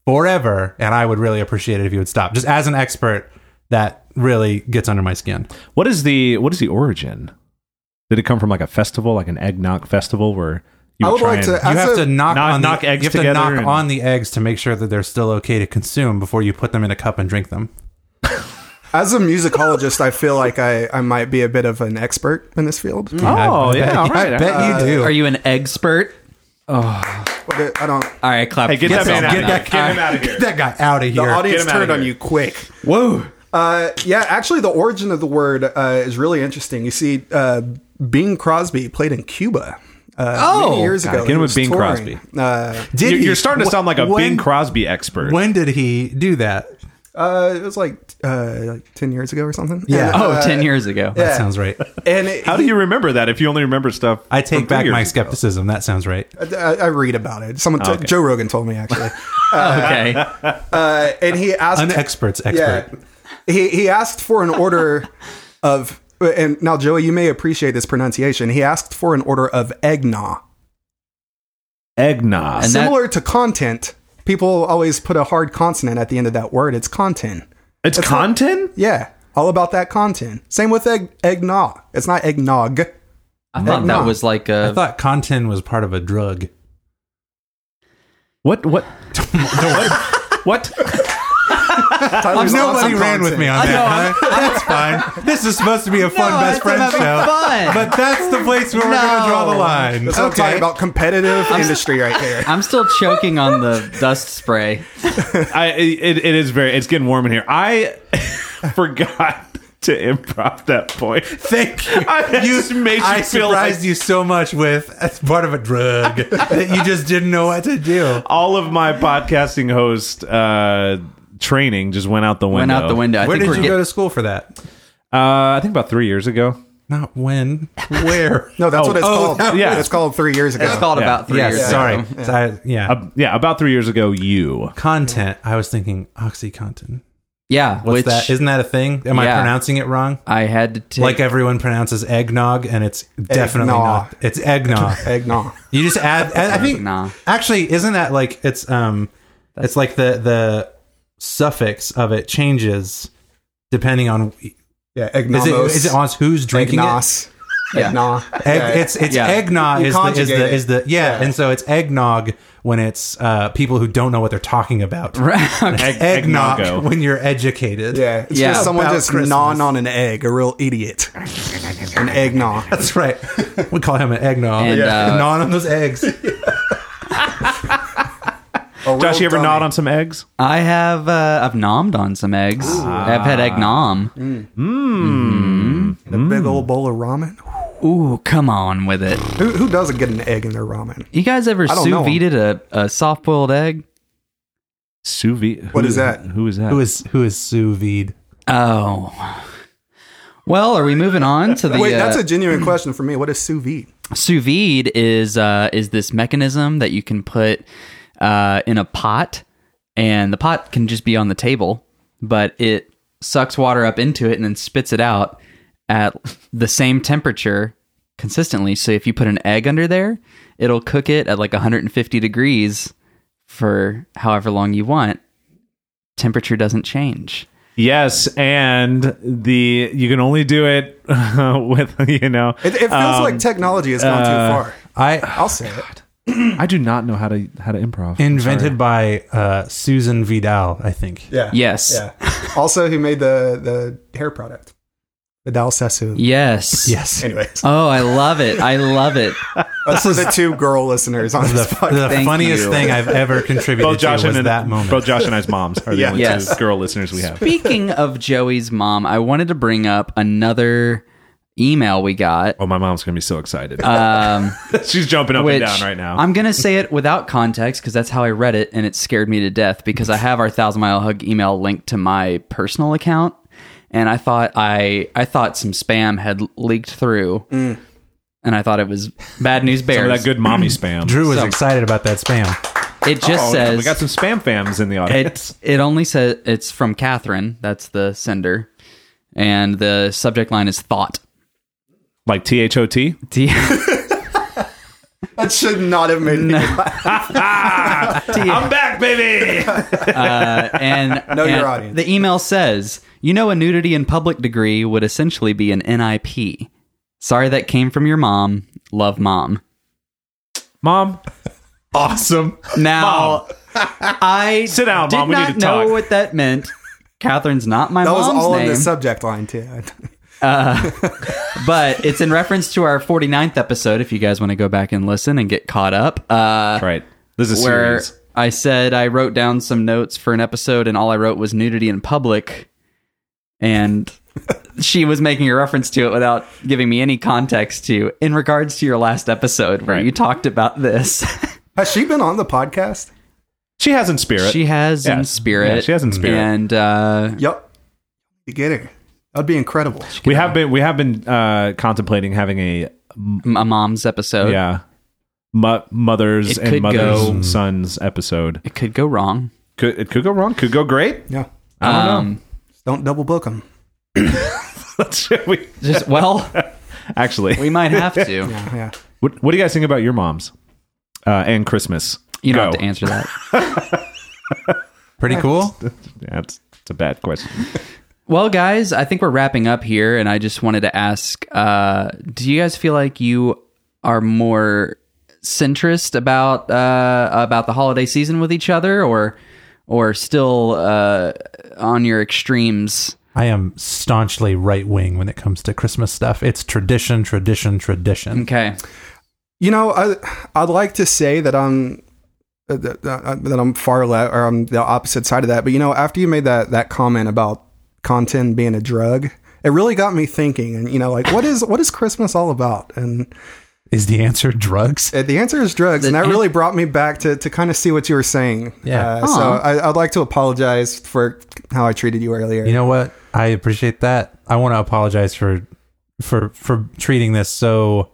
[SPEAKER 4] forever, and I would really appreciate it if you would stop. Just as an expert, that really gets under my skin.
[SPEAKER 2] what is the what is the origin? Did it come from like a festival, like an eggnog festival, where you
[SPEAKER 3] I would
[SPEAKER 2] try
[SPEAKER 3] like
[SPEAKER 2] and-
[SPEAKER 3] to
[SPEAKER 4] You
[SPEAKER 3] That's
[SPEAKER 4] have
[SPEAKER 3] a-
[SPEAKER 4] to knock,
[SPEAKER 2] knock-
[SPEAKER 4] on
[SPEAKER 2] knock
[SPEAKER 4] the,
[SPEAKER 2] eggs
[SPEAKER 4] You have to
[SPEAKER 2] together
[SPEAKER 4] knock
[SPEAKER 2] and-
[SPEAKER 4] on the eggs to make sure that they're still okay to consume before you put them in a cup and drink them.
[SPEAKER 3] As a musicologist, I feel like I, I might be a bit of an expert in this field.
[SPEAKER 2] Oh yeah, Uh, all right.
[SPEAKER 4] I bet you do.
[SPEAKER 1] Are you an expert?
[SPEAKER 3] But I don't.
[SPEAKER 1] All right, clap.
[SPEAKER 2] Hey, get
[SPEAKER 1] for
[SPEAKER 2] that man
[SPEAKER 1] yourself.
[SPEAKER 2] out of
[SPEAKER 4] Get
[SPEAKER 2] here.
[SPEAKER 4] that
[SPEAKER 2] Get him out of here.
[SPEAKER 4] that guy out of
[SPEAKER 3] The
[SPEAKER 4] here.
[SPEAKER 3] audience
[SPEAKER 2] Get him outta
[SPEAKER 3] turned on
[SPEAKER 2] here.
[SPEAKER 3] you quick.
[SPEAKER 1] Whoa.
[SPEAKER 3] Uh, yeah, actually, the origin of the word uh, is really interesting. You see, uh, Bing Crosby played in Cuba. Uh,
[SPEAKER 1] Oh!
[SPEAKER 3] many years ago.
[SPEAKER 2] get him
[SPEAKER 3] He
[SPEAKER 2] with
[SPEAKER 3] was
[SPEAKER 2] Bing
[SPEAKER 3] touring. Uh,
[SPEAKER 4] Did
[SPEAKER 2] You're,
[SPEAKER 4] he-
[SPEAKER 2] you're starting to
[SPEAKER 4] wh-
[SPEAKER 2] sound like a
[SPEAKER 4] when-
[SPEAKER 2] Bing Crosby expert.
[SPEAKER 4] When did he do that?
[SPEAKER 3] uh, it was like uh, like ten years ago or something.
[SPEAKER 4] Yeah.
[SPEAKER 3] And,
[SPEAKER 1] Oh,
[SPEAKER 3] uh,
[SPEAKER 1] 10 years ago.
[SPEAKER 3] yeah.
[SPEAKER 4] That sounds right.
[SPEAKER 3] And it,
[SPEAKER 2] How do you remember that if you only remember stuff?
[SPEAKER 4] I
[SPEAKER 2] from
[SPEAKER 4] take
[SPEAKER 2] three
[SPEAKER 4] back
[SPEAKER 2] years
[SPEAKER 4] my
[SPEAKER 2] ago?
[SPEAKER 4] skepticism. That sounds right.
[SPEAKER 3] I, I read about it. Someone t-
[SPEAKER 2] okay.
[SPEAKER 3] Joe Rogan told me actually,
[SPEAKER 1] okay.
[SPEAKER 3] uh, and he asked
[SPEAKER 4] An expert's expert.
[SPEAKER 3] Yeah. He he asked for an order of and now Joey, you may appreciate this pronunciation. He asked for an order of eggnog.
[SPEAKER 2] Eggnog.
[SPEAKER 1] And that-
[SPEAKER 3] Similar to content, people always put a hard consonant at the end of that word. It's content.
[SPEAKER 2] it's content.
[SPEAKER 3] Yeah. All about that content. Same with egg eggnog. It's not eggnog.
[SPEAKER 1] I thought that
[SPEAKER 3] Eggnog.
[SPEAKER 1] was like
[SPEAKER 4] I
[SPEAKER 1] a.
[SPEAKER 4] thought contin was part of a drug.
[SPEAKER 2] What? What? what? What?
[SPEAKER 3] Tyler's
[SPEAKER 4] Nobody
[SPEAKER 3] awesome
[SPEAKER 4] ran with me on
[SPEAKER 1] I
[SPEAKER 4] that. huh? That's fine. This is supposed to be a fun
[SPEAKER 1] No,
[SPEAKER 4] best
[SPEAKER 1] I'm
[SPEAKER 4] friend
[SPEAKER 1] having
[SPEAKER 4] show.
[SPEAKER 1] fun.
[SPEAKER 4] But that's the place where we're going
[SPEAKER 1] No.
[SPEAKER 4] to draw the line.
[SPEAKER 3] That's what I'm talking about competitive industry right there.
[SPEAKER 1] I'm still choking on the dust spray.
[SPEAKER 2] I, it, it is very. It's getting warm in here. I forgot to improv that point.
[SPEAKER 4] Thank you.
[SPEAKER 2] I
[SPEAKER 4] you
[SPEAKER 2] just made you
[SPEAKER 4] I
[SPEAKER 2] feel
[SPEAKER 4] surprised
[SPEAKER 2] like-
[SPEAKER 4] you so much with that's part of a drug that you just didn't know what to do.
[SPEAKER 2] All of my podcasting host uh, training just went out the window.
[SPEAKER 1] Went out the window. I
[SPEAKER 4] Where
[SPEAKER 1] think
[SPEAKER 4] did
[SPEAKER 1] we're
[SPEAKER 4] you
[SPEAKER 1] get-
[SPEAKER 4] go to school for that?
[SPEAKER 2] Uh, I think about three years ago.
[SPEAKER 4] Not when, where.
[SPEAKER 3] No, that's
[SPEAKER 2] Oh,
[SPEAKER 3] what it's
[SPEAKER 2] oh,
[SPEAKER 3] called.
[SPEAKER 2] yeah.
[SPEAKER 3] It's called three years ago.
[SPEAKER 1] It's called
[SPEAKER 2] Yeah.
[SPEAKER 1] about three
[SPEAKER 4] yes,
[SPEAKER 1] years
[SPEAKER 4] sorry.
[SPEAKER 1] ago.
[SPEAKER 4] So I- yeah.
[SPEAKER 2] Uh, yeah, about three years ago. You.
[SPEAKER 4] Content. I was thinking OxyContin.
[SPEAKER 1] Yeah.
[SPEAKER 4] What's
[SPEAKER 1] which
[SPEAKER 4] that? Isn't that a thing? Am I
[SPEAKER 1] Yeah.
[SPEAKER 4] pronouncing it wrong?
[SPEAKER 1] I had to take.
[SPEAKER 4] Like everyone pronounces eggnog, and it's definitely
[SPEAKER 3] Eggnog.
[SPEAKER 4] not. It's eggnog.
[SPEAKER 3] eggnog.
[SPEAKER 4] You just add. and I think
[SPEAKER 1] Eggnog.
[SPEAKER 4] actually, isn't that like it's um, it's like the the suffix of it changes depending on
[SPEAKER 3] Yeah, eggnog.
[SPEAKER 4] is it is it on who's drinking it?
[SPEAKER 3] Eggnos.
[SPEAKER 1] Yeah.
[SPEAKER 3] Eggnog.
[SPEAKER 4] Egg,
[SPEAKER 3] Yeah.
[SPEAKER 4] It's it's
[SPEAKER 1] Yeah.
[SPEAKER 4] eggnog
[SPEAKER 3] You
[SPEAKER 4] is the, is
[SPEAKER 3] conjugate
[SPEAKER 4] the
[SPEAKER 3] it.
[SPEAKER 4] is the yeah, and so it's eggnog when it's uh, people who don't know what they're talking about.
[SPEAKER 2] Egg,
[SPEAKER 4] Eggnog
[SPEAKER 2] eggnogo.
[SPEAKER 4] when you're educated.
[SPEAKER 3] Yeah, it's
[SPEAKER 1] Yeah.
[SPEAKER 3] just someone
[SPEAKER 4] About
[SPEAKER 3] just
[SPEAKER 4] Christmas.
[SPEAKER 3] gnawing on an egg, a real idiot. an egg gnaw.
[SPEAKER 4] That's right. We call him an eggnog.
[SPEAKER 1] And, Yeah. uh,
[SPEAKER 4] Gnawing on those eggs.
[SPEAKER 2] Josh, you ever gnawed on some eggs?
[SPEAKER 1] I have. Uh, I've nommed on some eggs. I've had egg nom.
[SPEAKER 3] a big old bowl of ramen?
[SPEAKER 1] Ooh, come on with it.
[SPEAKER 3] Who, who doesn't get an egg in their ramen?
[SPEAKER 1] You guys ever
[SPEAKER 3] don't
[SPEAKER 1] sous
[SPEAKER 3] know 'em.
[SPEAKER 1] vide a, a soft boiled egg?
[SPEAKER 2] Sous vide.
[SPEAKER 3] What
[SPEAKER 2] Who-
[SPEAKER 3] is that?
[SPEAKER 2] Who is that?
[SPEAKER 4] who is who is sous vide?
[SPEAKER 1] Oh. Well, are we moving on to the
[SPEAKER 3] Wait,
[SPEAKER 1] uh,
[SPEAKER 3] that's a genuine question for me. What is sous vide?
[SPEAKER 1] sous vide is uh, is this mechanism that you can put uh, in a pot, and the pot can just be on the table, but it sucks water up into it and then spits it out at the same temperature consistently. So if you put an egg under there, it'll cook it at like 150 degrees for however long you want. Temperature doesn't change.
[SPEAKER 2] Yes, and the you can only do it with you know. um,
[SPEAKER 3] It, it feels
[SPEAKER 4] Um,
[SPEAKER 3] like technology has gone
[SPEAKER 4] uh,
[SPEAKER 3] too far.
[SPEAKER 4] I
[SPEAKER 3] I'll say it.
[SPEAKER 2] I do not know how to how to improv.
[SPEAKER 4] invented by uh, Susan Vidal, I think.
[SPEAKER 3] Yeah.
[SPEAKER 1] Yes.
[SPEAKER 3] Yeah. also, who made the the hair product? The Dal Sassoon.
[SPEAKER 1] Yes.
[SPEAKER 4] Yes.
[SPEAKER 3] Anyways,
[SPEAKER 1] Oh, I love it. I love it.
[SPEAKER 3] that's for the two girl listeners on
[SPEAKER 4] The,
[SPEAKER 3] this podcast.
[SPEAKER 4] the
[SPEAKER 1] Thank
[SPEAKER 4] funniest
[SPEAKER 1] you.
[SPEAKER 4] thing I've ever contributed
[SPEAKER 2] both Josh
[SPEAKER 4] to
[SPEAKER 2] and
[SPEAKER 4] was that moment.
[SPEAKER 2] both Josh and I's moms are the
[SPEAKER 3] Yeah.
[SPEAKER 2] only
[SPEAKER 1] Yes.
[SPEAKER 2] two girl listeners we have.
[SPEAKER 1] Speaking of Joey's mom, I wanted to bring up another email we got.
[SPEAKER 2] Oh, my mom's gonna be so excited.
[SPEAKER 1] Um,
[SPEAKER 2] She's jumping up
[SPEAKER 1] which
[SPEAKER 2] and down right now.
[SPEAKER 1] I'm gonna say it without context because that's how I read it, and it scared me to death because I have our Thousand Mile Hug email linked to my personal account, and I thought I I thought some spam had leaked through. and I thought it was bad news
[SPEAKER 2] Mm. Some of
[SPEAKER 1] bears.
[SPEAKER 2] that good mommy spam.
[SPEAKER 4] Drew was
[SPEAKER 1] So-
[SPEAKER 4] excited about that spam.
[SPEAKER 1] it just
[SPEAKER 2] Oh,
[SPEAKER 1] says
[SPEAKER 2] we got some spam fams in the audience.
[SPEAKER 1] it it only says it's from Catherine. That's the sender, and the subject line is thought.
[SPEAKER 2] like T H O T.
[SPEAKER 1] T
[SPEAKER 3] That should not have made me.
[SPEAKER 2] I'm back, baby.
[SPEAKER 1] and
[SPEAKER 3] Know your
[SPEAKER 1] and
[SPEAKER 3] audience.
[SPEAKER 1] The email says, "You know, a nudity in public degree would essentially be an NIP." Sorry, that came from your mom. Love, mom.
[SPEAKER 2] Mom, awesome.
[SPEAKER 1] Now, I
[SPEAKER 2] Sit down,
[SPEAKER 1] did
[SPEAKER 2] Mom. We need
[SPEAKER 1] not
[SPEAKER 2] to
[SPEAKER 1] know
[SPEAKER 2] talk.
[SPEAKER 1] what that meant. Catherine's not my
[SPEAKER 3] That was
[SPEAKER 1] mom's
[SPEAKER 3] all in
[SPEAKER 1] name,
[SPEAKER 3] the subject line too.
[SPEAKER 1] but it's in reference to our 49th episode. If you guys want to go back and listen and get caught up, uh,
[SPEAKER 2] Right. This is a
[SPEAKER 1] where
[SPEAKER 2] series.
[SPEAKER 1] I said I wrote down some notes for an episode, and all I wrote was nudity in public, and she was making a reference to it without giving me any context to in regards to your last episode where
[SPEAKER 2] Right.
[SPEAKER 1] you talked about this.
[SPEAKER 3] Has she been on the podcast?
[SPEAKER 2] She has in spirit.
[SPEAKER 1] she has in
[SPEAKER 2] Yes.
[SPEAKER 1] spirit.
[SPEAKER 2] Yeah, she has in spirit.
[SPEAKER 1] and uh,
[SPEAKER 3] Yep. You get her. That'd be incredible.
[SPEAKER 2] we have been we have been uh, contemplating having a
[SPEAKER 1] m- a mom's episode.
[SPEAKER 2] yeah mo- mothers
[SPEAKER 1] Oh. It
[SPEAKER 2] and
[SPEAKER 1] could
[SPEAKER 2] mothers
[SPEAKER 1] go- Mm.
[SPEAKER 2] and sons episode.
[SPEAKER 1] It could go wrong. Um,
[SPEAKER 2] Could it could go wrong? Could go great.
[SPEAKER 3] Yeah.
[SPEAKER 2] I don't know.
[SPEAKER 3] Just don't double book them.
[SPEAKER 2] Should we-
[SPEAKER 1] Just well,
[SPEAKER 2] actually,
[SPEAKER 1] we might have to.
[SPEAKER 3] Yeah.
[SPEAKER 2] what, what do you guys think about your moms uh, and Christmas?
[SPEAKER 1] You don't
[SPEAKER 2] Go.
[SPEAKER 1] have to answer that.
[SPEAKER 4] Pretty cool.
[SPEAKER 2] That's, that's a bad question.
[SPEAKER 1] Well, guys, I think we're wrapping up here, and I just wanted to ask: uh, Do you guys feel like you are more centrist about uh, about the holiday season with each other, or or still uh, on your extremes?
[SPEAKER 4] I am staunchly right wing when it comes to Christmas stuff. It's tradition, tradition, tradition.
[SPEAKER 1] Okay,
[SPEAKER 3] You know, I I'd like to say that I'm uh, that, that that I'm far left or I'm the opposite side of that. But you know, after you made that that comment about content being a drug, it really got me thinking. And you know, like what is what is Christmas all about? And
[SPEAKER 4] Is the answer drugs?
[SPEAKER 3] uh, the answer is drugs, and that
[SPEAKER 1] an-
[SPEAKER 3] really brought me back to to kind of see what you were saying.
[SPEAKER 4] Yeah.
[SPEAKER 3] Uh, so I, I'd like to apologize for how I treated you earlier.
[SPEAKER 4] You know what? I appreciate that. I want to apologize for for for treating this so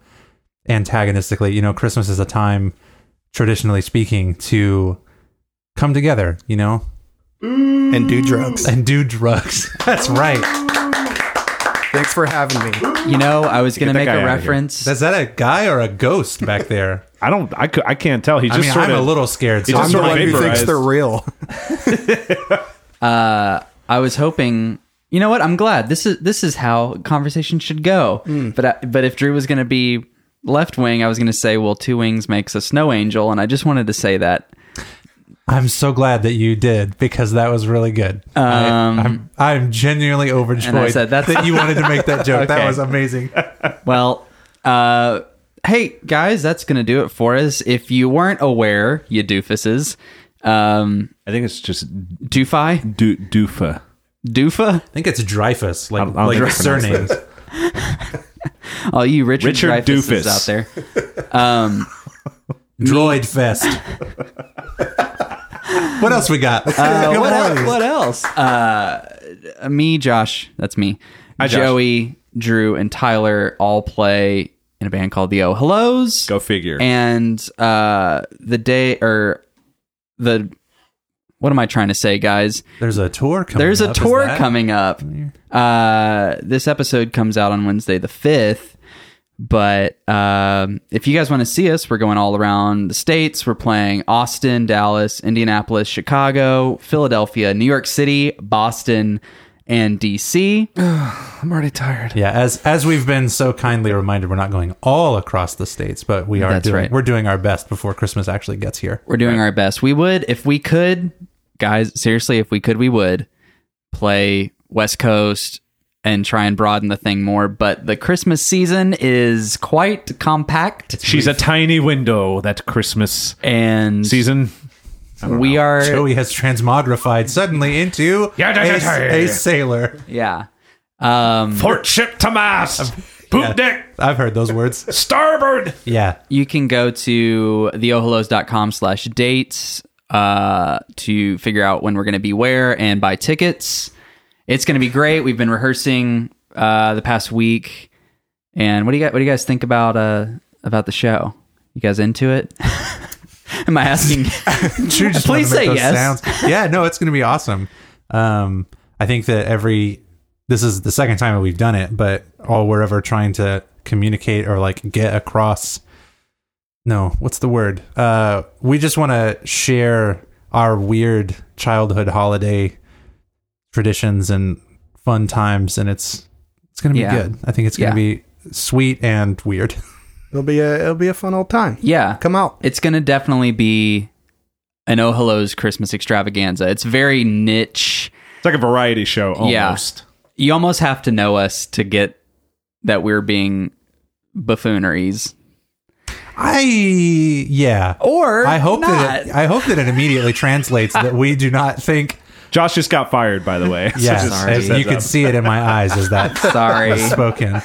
[SPEAKER 4] antagonistically. You know, Christmas is a time traditionally speaking to come together, you know,
[SPEAKER 3] and do drugs.
[SPEAKER 4] and do drugs. That's right.
[SPEAKER 3] Thanks for having me.
[SPEAKER 1] you know, I was going to
[SPEAKER 2] that
[SPEAKER 1] make
[SPEAKER 2] guy
[SPEAKER 1] a
[SPEAKER 2] outta here.
[SPEAKER 1] reference.
[SPEAKER 4] Is that a guy or a ghost back there?
[SPEAKER 2] I don't. I, cou- I can't tell. He just
[SPEAKER 4] I mean,
[SPEAKER 2] sort
[SPEAKER 4] I'm
[SPEAKER 2] of
[SPEAKER 4] a little scared. So
[SPEAKER 2] just
[SPEAKER 4] I'm
[SPEAKER 3] I'm the
[SPEAKER 2] sort of
[SPEAKER 3] one who thinks
[SPEAKER 2] vaporized.
[SPEAKER 3] they're real.
[SPEAKER 1] I was hoping. You know what? I'm glad this is this is how conversation should go.
[SPEAKER 2] Mm.
[SPEAKER 1] But I, but if Drew was going to be left wing, I was going to say, well, two wings makes a snow angel, and I just wanted to say that.
[SPEAKER 4] I'm so glad that you did because that was really good.
[SPEAKER 1] Um,
[SPEAKER 4] I, am I'm genuinely overjoyed
[SPEAKER 1] And I said, "That's-
[SPEAKER 4] that you wanted to make that joke.
[SPEAKER 2] Okay.
[SPEAKER 4] That was amazing.
[SPEAKER 1] Well, uh, hey guys, that's gonna do it for us. If you weren't aware, you doofuses, um,
[SPEAKER 2] I think it's just
[SPEAKER 1] doofi,
[SPEAKER 2] do, doofa.
[SPEAKER 1] doofa,
[SPEAKER 4] I think it's Dreyfus, like,
[SPEAKER 2] I'll- I'll
[SPEAKER 4] like
[SPEAKER 2] Dreyfus.
[SPEAKER 4] surnames.
[SPEAKER 1] all you Richard,
[SPEAKER 2] Richard
[SPEAKER 1] Dreyfuses
[SPEAKER 2] Doofus.
[SPEAKER 1] out there.
[SPEAKER 4] Droid Fest. what else we got?
[SPEAKER 1] Uh,
[SPEAKER 4] Come
[SPEAKER 1] what,
[SPEAKER 4] on.
[SPEAKER 1] el- what else? Uh, me, Josh, that's me.
[SPEAKER 2] Josh.
[SPEAKER 1] Joey, Drew, and Tyler all play in a band called the Oh Hellos.
[SPEAKER 2] Go figure.
[SPEAKER 1] and uh, the day or the what am I trying to say, guys?
[SPEAKER 4] There's a tour coming.
[SPEAKER 1] There's a
[SPEAKER 4] up, is
[SPEAKER 1] tour
[SPEAKER 4] that-
[SPEAKER 1] coming up. Uh, this episode comes out on Wednesday the 5th. But um, if you guys want to see us, we're going all around the states. We're playing Austin, Dallas, Indianapolis, Chicago, Philadelphia, New York City, Boston, and DC.
[SPEAKER 2] I'm already tired.
[SPEAKER 4] Yeah, as as we've been so kindly reminded, we're not going all across the states, but we are
[SPEAKER 1] That's
[SPEAKER 4] doing
[SPEAKER 1] right.
[SPEAKER 4] we're doing our best before Christmas actually gets here.
[SPEAKER 1] We're doing our best. We would, if we could, guys, seriously, if we could, we would play West Coast and try and broaden the thing more. But the Christmas season is quite compact.
[SPEAKER 2] She's a tiny window that Christmas
[SPEAKER 1] and
[SPEAKER 2] season.
[SPEAKER 1] we are
[SPEAKER 4] Joey has transmogrified suddenly into
[SPEAKER 2] Yeah, yeah,
[SPEAKER 4] a-
[SPEAKER 2] yeah, yeah,
[SPEAKER 4] a,
[SPEAKER 2] yeah.
[SPEAKER 4] sailor.
[SPEAKER 1] yeah um
[SPEAKER 2] Port ship to mast. Poop deck.
[SPEAKER 4] I've heard those words.
[SPEAKER 2] Starboard.
[SPEAKER 4] Yeah,
[SPEAKER 1] you can go to theoholos.com slash dates uh to figure out when we're going to be where and buy tickets it's going to be great we've been rehearsing uh the past week And what do you guys, what do you guys think about uh about the show? You guys into it? Am I asking?
[SPEAKER 4] Drew just
[SPEAKER 1] Please
[SPEAKER 4] wanted to
[SPEAKER 1] say
[SPEAKER 4] make those
[SPEAKER 1] yes.
[SPEAKER 4] sounds. Yeah, no, it's going to be awesome. Um, I think that every this is the second time that we've done it, but all we're ever trying to communicate or like get across. No, what's the word? Uh, we just want to share our weird childhood holiday traditions and fun times, and it's it's going to be
[SPEAKER 1] Yeah.
[SPEAKER 4] good. I think it's going to
[SPEAKER 1] Yeah.
[SPEAKER 4] be sweet and weird.
[SPEAKER 3] It'll be a it'll be a fun old time.
[SPEAKER 1] yeah,
[SPEAKER 3] Come out.
[SPEAKER 1] it's going to definitely be an Oh Hello's Christmas extravaganza. It's very niche.
[SPEAKER 2] It's like a variety show
[SPEAKER 1] Yeah.
[SPEAKER 2] almost.
[SPEAKER 1] You almost have to know us to get that we're being buffooneries.
[SPEAKER 4] I yeah.
[SPEAKER 1] Or
[SPEAKER 4] I hope
[SPEAKER 1] not.
[SPEAKER 4] that it, I hope that it immediately translates that we do not think.
[SPEAKER 2] Josh just got fired, by the way. So
[SPEAKER 4] Yeah,
[SPEAKER 2] just-
[SPEAKER 1] sorry.
[SPEAKER 4] as
[SPEAKER 2] just
[SPEAKER 4] you
[SPEAKER 2] heads
[SPEAKER 4] could
[SPEAKER 2] up.
[SPEAKER 4] see it in my eyes as that
[SPEAKER 1] Sorry.
[SPEAKER 4] was spoken.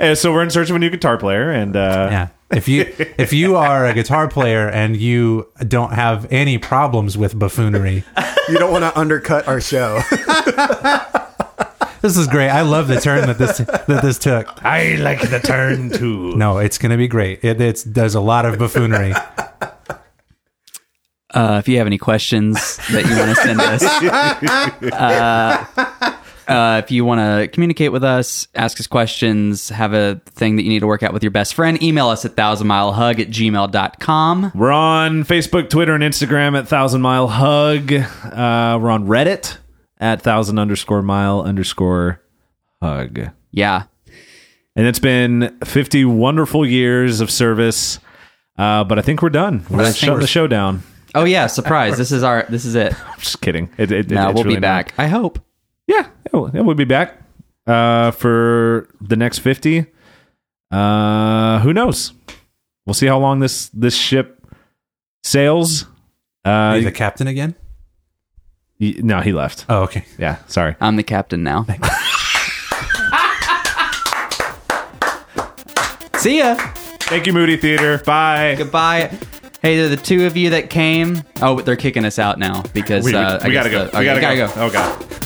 [SPEAKER 2] Uh, so we're in search of a new guitar player, and uh,
[SPEAKER 4] Yeah. If you if you are a guitar player and you don't have any problems with buffoonery,
[SPEAKER 3] You don't want to undercut our show.
[SPEAKER 4] this is great. I love the turn that this that this took.
[SPEAKER 2] I like the turn too.
[SPEAKER 4] No, it's going to be great. It, it's there's a lot of buffoonery.
[SPEAKER 1] Uh, if you have any questions that you want to send us, uh, uh, if you want to communicate with us, ask us questions, have a thing that you need to work out with your best friend, email us at thousandmilehug at gmail.com.
[SPEAKER 2] We're on Facebook, Twitter, and Instagram at Thousand Mile Hug. Uh, we're on Reddit at thousand underscore mile underscore hug. And
[SPEAKER 1] Yeah.
[SPEAKER 2] it's been 50 wonderful years of service, uh, but I think we're done. We're
[SPEAKER 1] I
[SPEAKER 2] shutting
[SPEAKER 1] think we're-
[SPEAKER 2] the show down.
[SPEAKER 1] Oh yeah, surprise. This is our this is it.
[SPEAKER 2] I'm just kidding. It, it,
[SPEAKER 1] No,
[SPEAKER 2] it's
[SPEAKER 1] we'll
[SPEAKER 2] really
[SPEAKER 1] be
[SPEAKER 2] not.
[SPEAKER 1] back. I hope.
[SPEAKER 2] Yeah, yeah, we'll, yeah, we'll be back uh, for the next 50. Uh, who knows? We'll see how long this, this ship sails. Uh,
[SPEAKER 4] Are you the captain again?
[SPEAKER 2] y- no, he left.
[SPEAKER 4] Oh, okay.
[SPEAKER 2] Yeah, sorry.
[SPEAKER 1] I'm the captain now. See ya.
[SPEAKER 2] Thank you, Moody Theater. Bye.
[SPEAKER 1] Goodbye. Hey, to the two of you that came. Oh, but they're kicking us out now because
[SPEAKER 2] We,
[SPEAKER 1] uh, I
[SPEAKER 2] we
[SPEAKER 1] guess
[SPEAKER 2] gotta go.
[SPEAKER 1] the-
[SPEAKER 2] we
[SPEAKER 1] okay,
[SPEAKER 2] gotta,
[SPEAKER 1] gotta
[SPEAKER 2] go. Oh god.